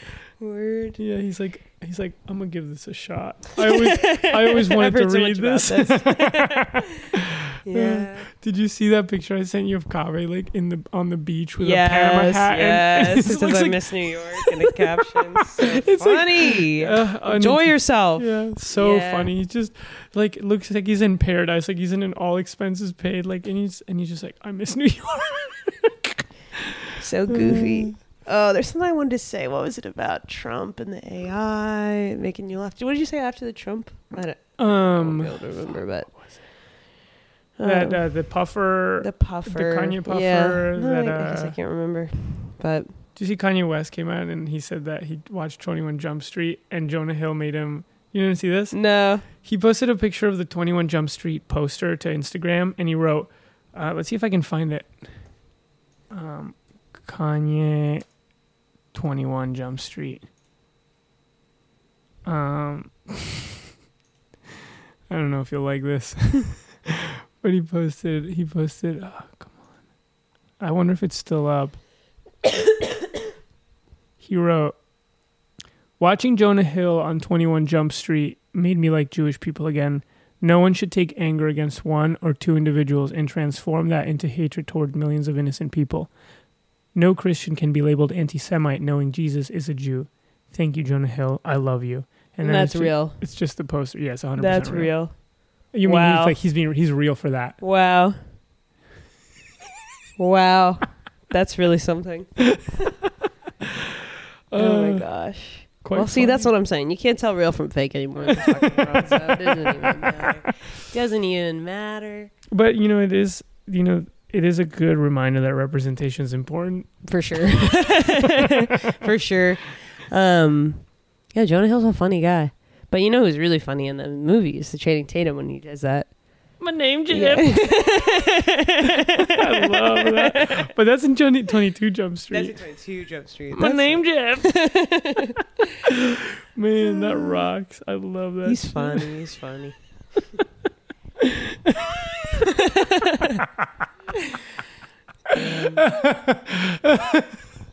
Word.
yeah. He's like, he's like, I'm gonna give this a shot. I always, I always wanted
I've heard
to
so
read
much about
this.
yeah.
Did you see that picture I sent you of Kave like in the on the beach with a Panama hat?
yes.
And, it
Because
looks
I
like,
miss New York and the captions. So
It's like-
funny.
uh, an-
Enjoy yourself.
Yeah, so
Yeah.
funny. He just like it looks like he's in paradise. Like he's in an all expenses paid. Like and he's and he's just like I miss New York.
So goofy. Oh, there's something I wanted to say. What was it about Trump and the AI making you laugh? What did you say after the Trump? I don't,
Um,
I don't remember, but
that
Um,
uh, the puffer.
the puffer,
Kanye puffer
Yeah. No,
that,
I, I guess I
uh,
can't remember, but
Do you see Kanye West came out and he said that he watched Twenty One Jump Street and Jonah Hill made him. You didn't see this?
no.
He posted a picture of the Twenty One Jump Street poster to Instagram and he wrote, uh, "Let's see if I can find it." Um, Kanye, Twenty One Jump Street. Um, I don't know if you'll like this, but he posted. He posted. Oh, come on. I wonder if it's still up. he wrote, "Watching Jonah Hill on Twenty One Jump Street made me like Jewish people again. No one should take anger against one or two individuals and transform that into hatred toward millions of innocent people. No Christian can be labeled anti Semite knowing Jesus is a Jew. Thank you, Jonah Hill. I love you.
And
then
that's
it's ju-
real.
it's just the poster. Yes, 100%
That's
real.
real.
You mean
Wow.
he's like he's being he's real for that.
Wow.
Wow. That's really something.
oh my
Uh,
gosh.
Quite
well, see, that's
funny.
what I'm saying. You can't tell real from fake anymore. in this fucking world, so it doesn't even matter. Doesn't even matter.
But you know, it is you know it is a good reminder that representation is important.
For sure. For sure. Um, yeah, Jonah Hill's a funny guy. But you know who's really funny in the movie is the Channing Tatum when he does that.
My name
Yeah.
Jim.
I love that. But that's in Johnny Twenty Two Jump Street.
two Jump Street.
My name Jeff.
Man, that rocks. I love that.
He's funny. He's funny.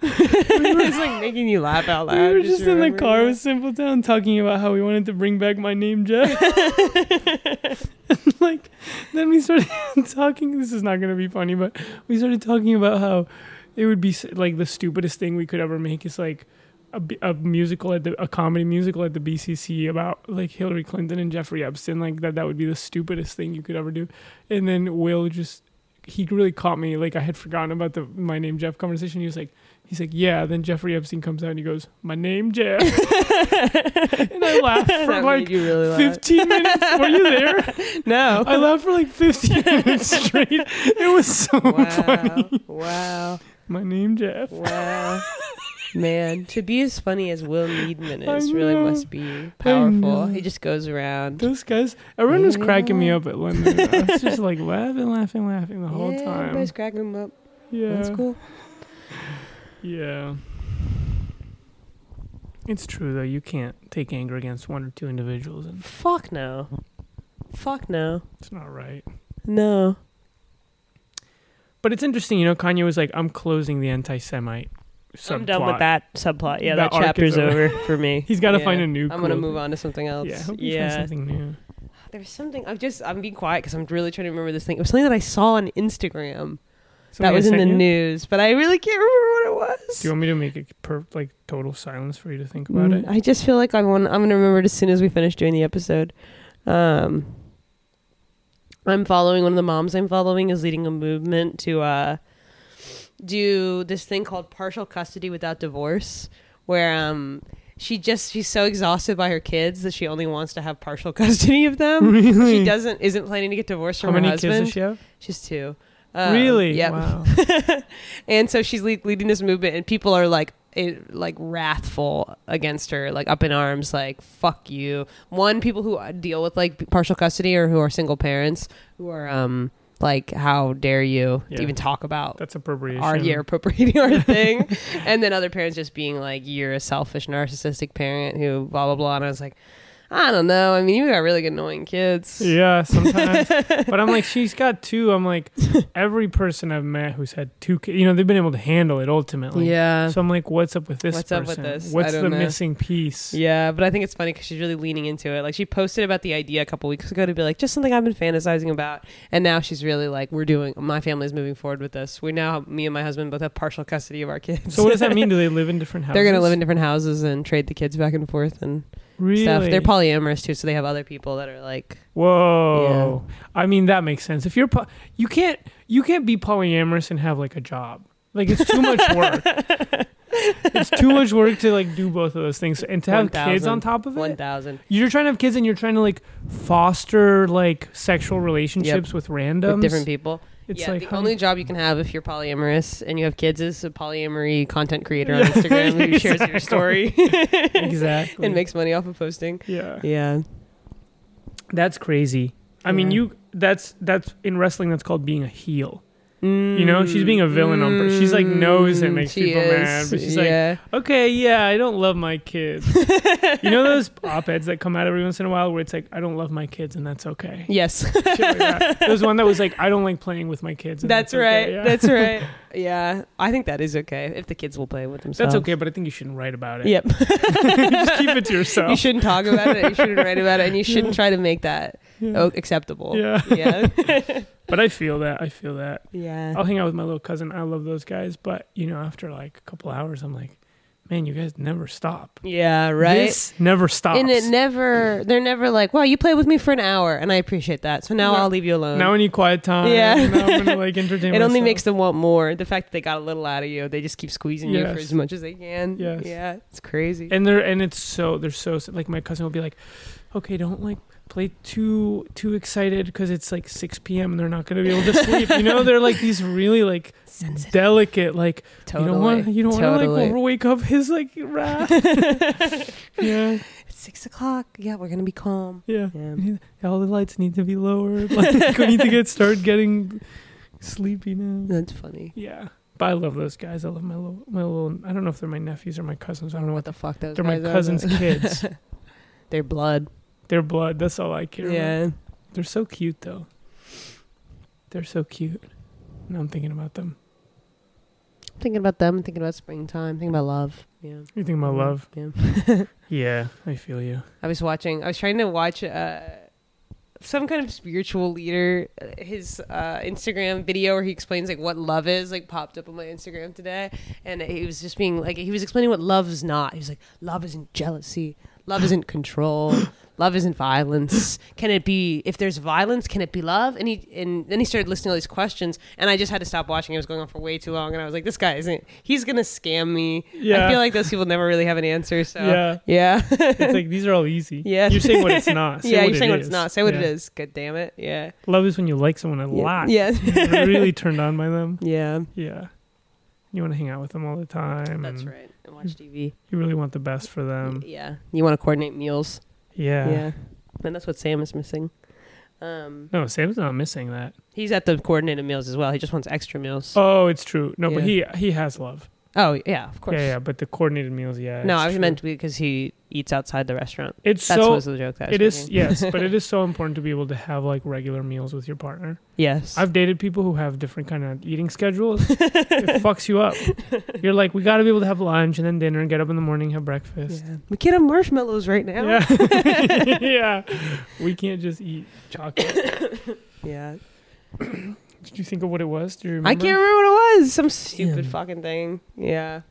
it's like making you laugh out
we
loud.
were just, in the
remembering
car
that.
with Simple Town talking about how we wanted to bring back my name Jeff. and like then we started talking this is not going to be funny but we started talking about how it would be s- like the stupidest thing we could ever make is like a, b- a musical at the a comedy musical at the BCC about like Hillary Clinton and Jeffrey Epstein like that that would be the stupidest thing you could ever do and then Will just he really caught me like I had forgotten about the my name Jeff conversation he was like he's like yeah then Jeffrey Epstein comes out and he goes my name Jeff and I laughed
That
for
made
like
you really laugh.
15 minutes were you there
No.
I laughed for like 15 minutes straight. It was so funny.
Wow. Wow.
My name Jeff.
Wow. Man, to be as funny as Will Needman
I
is really
know.
must be powerful.
know.
He just goes around.
Those guys, everyone was cracking me
Yeah.
up at London. I was just like laughing, laughing, laughing the whole
yeah,
time.
Everybody's cracking him up.
Yeah.
That's cool.
Yeah. It's true though. You can't take anger against one or two individuals, and
Fuck no. Fuck no.
it's not right.
No.
But it's interesting, you know. Kanye was like, "I'm closing the anti-Semite." Subplot.
I'm done with that subplot. Yeah,
That
that,
arc
chapter's
is over.
over. for me.
He's got to
Yeah.
find a new.
I'm gonna
cool-
move on to something else.
Yeah, hope he finds
Yeah.
something new.
There's something I'm just I'm being quiet because I'm really trying to remember this thing. It was something that I saw on Instagram that
Somebody
was in
sent
the
you?
news, but I really can't remember what it was.
Do you want me to make it per- like total silence for you to think about
Mm,
it?
I just feel like I want. I'm gonna remember it as soon as we finish doing the episode. Um, I'm following one of the moms I'm following is leading a movement to uh, do this thing called partial custody without divorce, where um, she just she's so exhausted by her kids that she only wants to have partial custody of them.
Really?
She doesn't isn't planning to get divorced
How
from
many
her husband.
kids does she have?
She's two. Um,
really?
Yep.
Wow.
and so she's lead, leading this movement, and people are like, it, like wrathful against her, like up in arms, like "fuck you." One, people who uh, deal with like partial custody or who are single parents, who are um like, "How dare you
Yeah.
to even talk about
That's appropriation.
our you're appropriating our thing?" and then other parents just being like, "You're a selfish, narcissistic parent who blah blah blah." And I was like, I don't know. I mean, you got really annoying kids.
Yeah, sometimes. but I'm like, she's got two. I'm like, every person I've met who's had two kids, you know, they've been able to handle it ultimately.
yeah.
So I'm like, what's up with this
What's up with
person?
this?
What's
I
the
don't know.
missing piece?
Yeah, but I think it's funny because she's really leaning into it. Like she posted about the idea a couple weeks ago to be like just something I've been fantasizing about, and now she's really like we're doing. My family's moving forward with this. We now me and my husband both have partial custody of our kids.
So what does that mean? Do they live in different houses?
They're gonna live in different houses and trade the kids back and forth and
really?
stuff. They're polyamorous too, so they have other people that are like
Whoa. I mean, that makes sense. If you're po- you can't you can't be polyamorous and have like a job. Like it's too much work. it's too much work to like do both of those things and to have kids
1,000.
on top of it.
one thousand
you're trying to have kids and you're trying to like foster like sexual relationships with randoms.
with different people.
It's
yeah,
like
the
how
only
do
job you can have if you're polyamorous and you have kids is a polyamory content creator on Instagram who shares your
Exactly.
story
you- exactly
and makes money off of posting.
yeah.
Yeah.
That's crazy. I mean,
Yeah.
you that's that's in wrestling that's called being a heel. You know, she's being a villain on purpose. She's like knows it makes people mad, but she's like,
Mm, yeah.
Okay, yeah, I don't love my kids. you know those op-eds that come out every once in a while where it's like I don't love my kids and that's okay.
yes,
Shit like that. There's one that was like I don't like playing with my kids. And
that's right.
okay. Yeah.
That's right. Yeah, I think that is okay if the kids will play with
That's
themselves.
okay, but I think you shouldn't write about it.
Yep.
just keep it to
you
yourself.
shouldn't talk about it. You shouldn't write about it, and you shouldn't try to make that
Yeah.
oh, acceptable.
Yeah.
Yeah.
But I feel that. I feel that.
yeah.
I'll hang out with my little cousin. I love those guys. But, you know, after like a couple hours, I'm like, man, you guys never stop.
Yeah, right?
This never stops.
and it never, they're never like, wow, you play with me for an hour and I appreciate that. So now
No.
I'll leave you alone.
now I need quiet time.
Yeah.
Now I'm gonna, like entertain
it only
myself.
makes them want more. The fact that they got a little out of you, they just keep squeezing you for
Yes.
as much as they can.
Yes.
Yeah, it's crazy.
and they're and it's so they're so like my cousin will be like okay don't like play too too excited because it's like 6 p.m and they're not going to be able to sleep you know they're like these really like delicate like
totally.
you don't want you don't want to
totally.
like overwake up his like wrath yeah
it's six o'clock. Yeah, we're gonna be calm.
yeah
Yeah.
all the lights need to be lowered like we need to get start getting sleepy now
That's funny.
yeah but I love those guys. I love my little, my little. I don't know if they're my nephews or my cousins. I don't know what
What the fuck? Those
They're my
guys are,
cousin's
though.
kids.
Their blood.
Their blood. That's all I care. about.
Yeah.
They're so cute though. They're so cute. Now I'm thinking about them.
Thinking about them. Thinking about springtime. Thinking about love. Yeah.
You think about
Mhm.
love?
Yeah.
Yeah, I feel you.
I was watching. I was trying to watch uh, some kind of spiritual leader. uh, His uh, Instagram video where he explains like what love is like popped up on my Instagram today, and he was just being like he was explaining what love's not. He was like, love isn't jealousy. Love isn't control. Love isn't violence. Can it be? If there's violence, can it be love? And he and then he started listing all these questions, and I just had to stop watching. It was going on for way too long, and I was like, this guy isn't. He's gonna scam me. I
Yeah.
feel like those people never really have an answer. So
Yeah.
yeah.
It's like these are all easy.
Yes.
You're saying what it's not. Say
yeah,
what
you're
it
saying what it's
is.
not. Say what it
Yeah.
is. God damn it. Yeah.
Love is when you like someone a lot.
Yeah.
You're really turned on by them.
Yeah.
Yeah. You want to hang out with them all the time.
That's
and
right. And watch TV.
You really want the best for them.
yeah. You want to coordinate meals.
Um, Yeah.
Yeah. And that's what Sam is missing. Um,
No, Sam's not missing that.
he's at the coordinated meals as well. He just wants extra meals. Oh,
Oh, it's true. No, but he
Yeah.
he has love.
yeah, of course.
Yeah, yeah. But the coordinated meals, yeah.
No,
it's
I was
true.
meant because he eats outside the restaurant.
It's
That's
so
was the joke. That I was
it is
making.
yes but it is so important to be able to have like regular meals with your partner
Yes.
i've dated people who have different kind of eating schedules it fucks you up you're like we got to be able to have lunch and then dinner and get up in the morning have breakfast
Yeah. We can't have marshmallows right now.
yeah yeah we can't just eat chocolate
Yeah.
did you think of what it was do you remember
I can't remember what it was. Some stupid
Damn.
fucking thing. Yeah.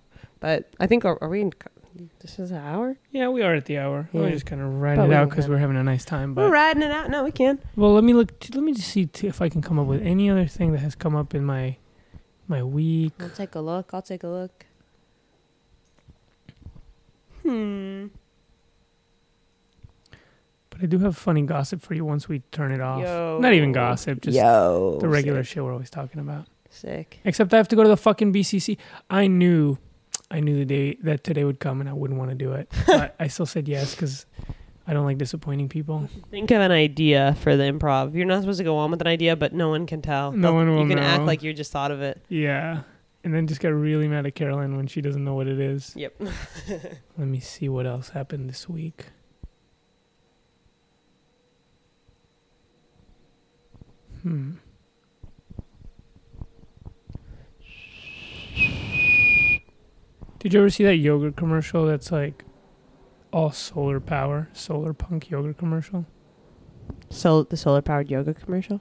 But I think, are, are we in. co- This is an hour?
yeah we are at the hour
Yeah.
we're just kind of riding
But
it
we
out
don't
because
have-
we're having a nice time
We're
but
riding it out. No, we can.
well let me look t- let me just see t- if i can come up with any other thing that has come up in my my week
I'll take a look. I'll take a look. Hmm.
But I do have funny gossip for you once we turn it off.
Yo.
Not even gossip, just
Yo.
the regular shit we're always talking about.
Sick.
Except I have to go to the fucking BCC. I knew, I knew the day that today would come, and I wouldn't want to do it. but I still said yes because I don't like disappointing people.
Think of an idea for the improv. You're not supposed to go on with an idea, but no one can tell.
No one will
You can act
know.
like you just thought of it.
Yeah, and then just got really mad at Carolyn when she doesn't know what it is.
Yep.
Let me see what else happened this week. Hmm. Did you ever see that yogurt commercial that's like all solar power, solar punk yogurt commercial?
So the solar powered yoga commercial?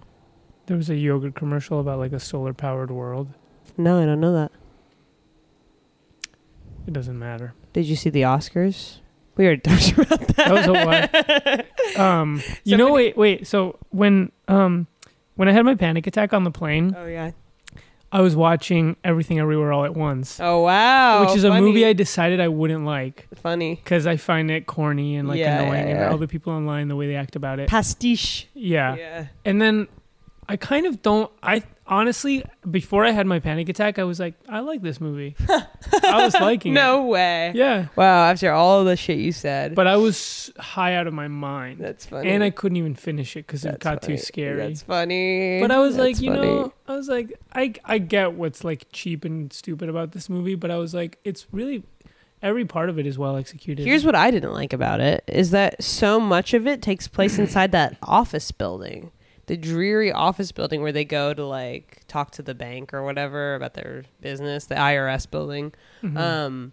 There was a yogurt commercial about like a solar powered world.
No, I don't know that.
It doesn't matter.
Did you see the Oscars? We already talked about that.
That was a while. Um, you know, wait, wait. So when um, when I had my panic attack on the plane,
Oh yeah.
I was watching Everything Everywhere All at Once,
Oh wow.
which is a
Funny.
movie I decided I wouldn't like
funny
because I find it corny and like
Yeah, yeah,
annoying,
yeah.
and all the people online the way they act about it.
pastiche.
Yeah.
Yeah.
and then I kind of don't. I honestly, before I had my panic attack, I was like, I like this movie. I was liking
No way.
it. Yeah,
Wow. After all the shit you said,
but I was high out of my mind,
that's funny.
and I couldn't even finish it because it
That's
got
funny.
too scary.
That's funny.
But I was
That's
like, you
funny.
know, I was like, I I get what's like cheap and stupid about this movie, but I was like, it's really every part of it is well executed.
Here's what I didn't like about it is that so much of it takes place inside that office building. The dreary office building where they go to like talk
Mm-hmm.
to the bank or whatever about their business, the IRS building.
Mhm.
Um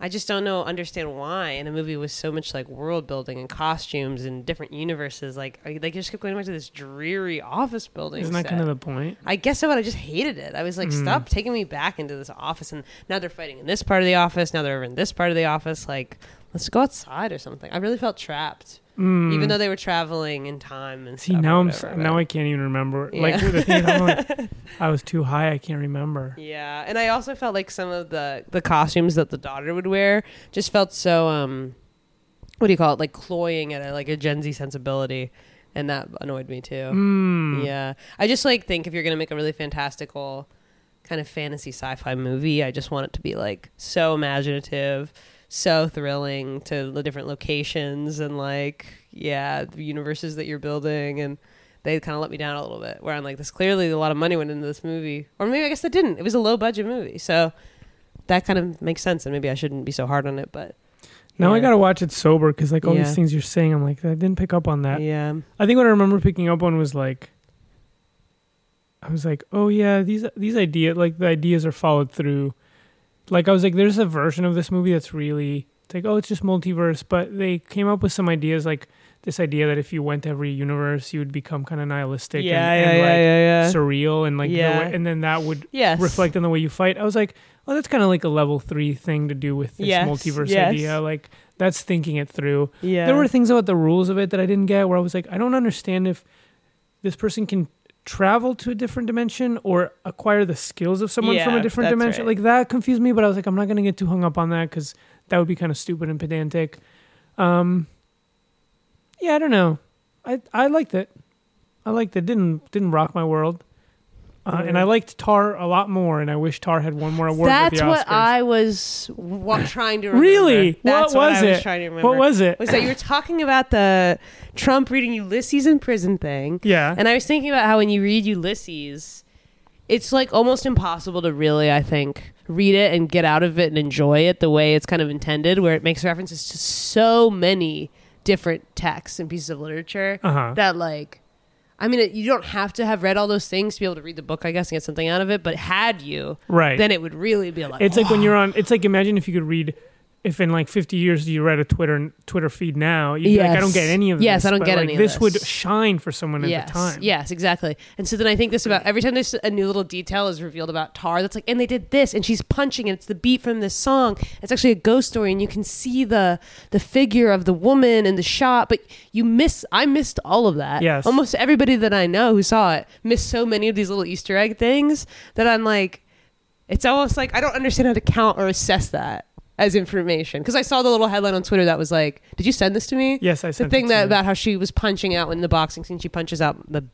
I just don't know understand why in a movie with so much like world building and costumes and different universes like I, like you just kept going back to this dreary office building.
Isn't that
set.
kind of the point?
I guess so, but I just hated it. I was like,
Hmm.
stop taking me back into this office. And now they're fighting in this part of the office. Now they're over in this part of the office. Like, let's go outside or something. I really felt trapped,
Mm.
even though they were traveling in time and
See
stuff or
now I'm s-
whatever, but-
now I can't even remember.
Yeah.
Like with the thing, I'm like, I was too high. I can't remember.
Yeah, and I also felt like some of the the costumes that the daughter would wear just felt so um, what do you call it? Like cloying at a, like a Gen Z sensibility, and that annoyed me too.
Mm.
Yeah, I just like think if you're gonna make a really fantastical kind of fantasy sci-fi movie, I just want it to be like so imaginative, so thrilling to the different locations and like yeah, the universes that you're building and. They kind of let me down a little bit, where I'm like, this clearly a lot of money went into this movie, or maybe I guess it didn't. It was a low budget movie, so that kind of makes sense, and maybe I shouldn't be so hard on it. But
Now I
yeah.
gotta watch it sober because like all
Yeah.
these things you're saying, I'm like I didn't pick up on that.
yeah,
I think what I remember picking up on was like, I was like, oh yeah, these these idea like the ideas are followed through. Like I was like, there's a version of this movie that's really it's like oh it's just multiverse, but they came up with some ideas like this idea that if you went to every universe, you would become kind of nihilistic and, and like
yeah,
surreal and like the
Yeah.
way- and then that would
Yes,
reflect on the way you fight. I was like, oh, that's kind of like a level three thing to do with this
Yes,
multiverse
yes.
idea. Like that's thinking it through.
Yeah.
There were things about the rules of it that I didn't get, where I was like, I don't understand if this person can travel to a different dimension or acquire the skills of someone from
Yeah,
a different
that's
dimension.
right.
Like that confused me, but I was like, I'm not going to get too hung up on that because that would be kind of stupid and pedantic. Um, yeah, I don't know. I I liked it. I liked it. Didn't didn't rock my world. Uh, And
Mm.
I liked Tar a lot more, and I wish Tar had one more award. at
That's
the
what
Oscars.
I was.
What trying to remember.
really.
That's
what was
I
it?
was Trying to remember.
What was it?
was that you were talking about the Trump reading Ulysses in prison thing.
Yeah.
And I was thinking about how when you read Ulysses, it's like almost impossible to really, I think, read it and get out of it and enjoy it the way it's kind of intended, where it makes references to so many different texts and pieces of literature
Uh huh.
that like I mean, it, you don't have to have read all those things to be able to read the book, I guess, and get something out of it. But had you,
Right.
then it would really be like,
It's like when you're on. It's like imagine if you could read. If in like 50 years you read a Twitter Twitter feed now, you'd be like, I don't get
Yes.
any of this.
Yes, I don't
but,
get
like,
any of
this. would
this.
shine for someone
yes,
at the time.
Yes, exactly. And so then I think this about every time there's a new little detail is revealed about Tar, that's like, and they did this, and she's punching, and it's the beat from this song. It's actually a ghost story, and you can see the the figure of the woman in the shot, but you miss. I missed all of that.
Yes.
almost everybody that I know who saw it missed so many of these little Easter egg things that I'm like, it's almost like I don't understand how to count or assess that as information because I saw the little headline on Twitter that was like, "Did you send this to me?"
Yes, I
the
sent it
thing
to
that
you.
about how she was punching out in the boxing scene. She punches out the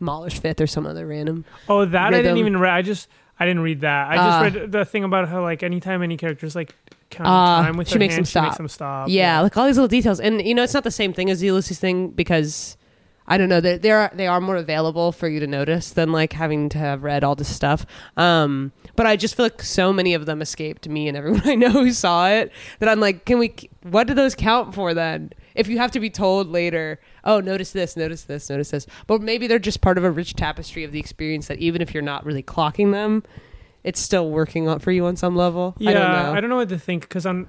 Mahler's fifth or some other random.
Oh, that I didn't
Rhythm.
even read. I just I didn't read that. I just
Ah.
read the thing about how like anytime any character's like counting
Ah,
time with
she
her
makes them
hand, she makes
stop.
them stop.
yeah, like all these little details, and you know, it's not the same thing as the Ulysses thing because I don't know. They they are they are more available for you to notice than like having to have read all this stuff. Um, but I just feel like so many of them escaped me and everyone I know who saw it that I'm like, can we? What do those count for then? If you have to be told later, oh, notice this, notice this, notice this, but maybe they're just part of a rich tapestry of the experience that even if you're not really clocking them, it's still working on for you on some level.
Yeah,
I don't know.
what to think because on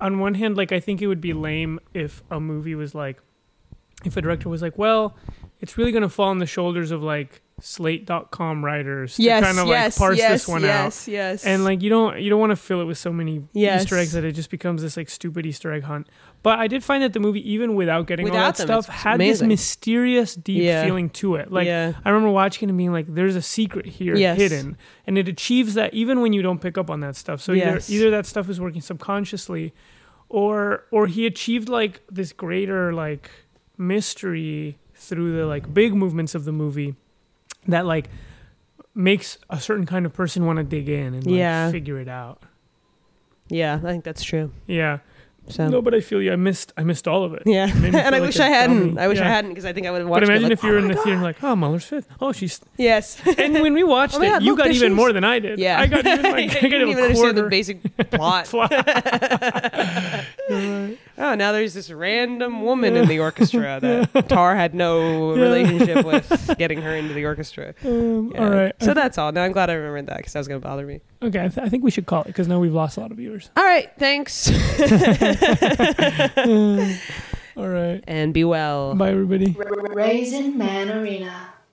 on one hand, like I think it would be lame if a movie was like, if a director was like, well, it's really going to fall on the shoulders of like Slate.com writers to
yes,
kind of
yes,
like parse
yes,
this one out.
yes, Yes,
And like you don't you don't want to fill it with so many
Yes.
Easter eggs that it just becomes this like stupid Easter egg hunt. But I did find that the movie, even without getting all
Without
that
them,
stuff,
it's
had
amazing.
this mysterious, deep
Yeah.
feeling to it. Like
yeah.
I remember watching it and being like, "There's a secret here,
Yes.
hidden," and it achieves that even when you don't pick up on that stuff. So
Yes.
either, either that stuff is working subconsciously, or or he achieved like this greater like mystery through the like big movements of the movie that like makes a certain kind of person want to dig in and like,
Yeah.
figure it out.
Yeah, I think that's true.
Yeah.
So
no, but I feel you. I missed. I missed all of it.
yeah,
Made me feel
and I
like
wish
a
I hadn't.
dummy.
I wish I
Yeah.
hadn't because I think I would have
But
watched. it,
imagine
like,
if you were
"Oh
in
my
the
God."
theater and like, oh, Muller's fifth. Oh, she's.
Yes,
And when we watched
Oh my
it,
God,
you
look,
got
there she
even
is.
more than I did.
yeah,
I got even like, I
you
got
didn't
a
even understand the
quarter.
basic plot.
Plot. You're right.
oh, now there's this random woman in the orchestra that Tar had no relationship with getting her into the orchestra.
Um,
Yeah.
All right.
So
I-
that's all. Now I'm glad I remembered that because that was going to bother me.
okay, I, th- I think we should call it because now we've lost a lot of viewers.
All right. Thanks.
Um, all right.
and be well.
Bye, everybody.
Raisin Man Arena.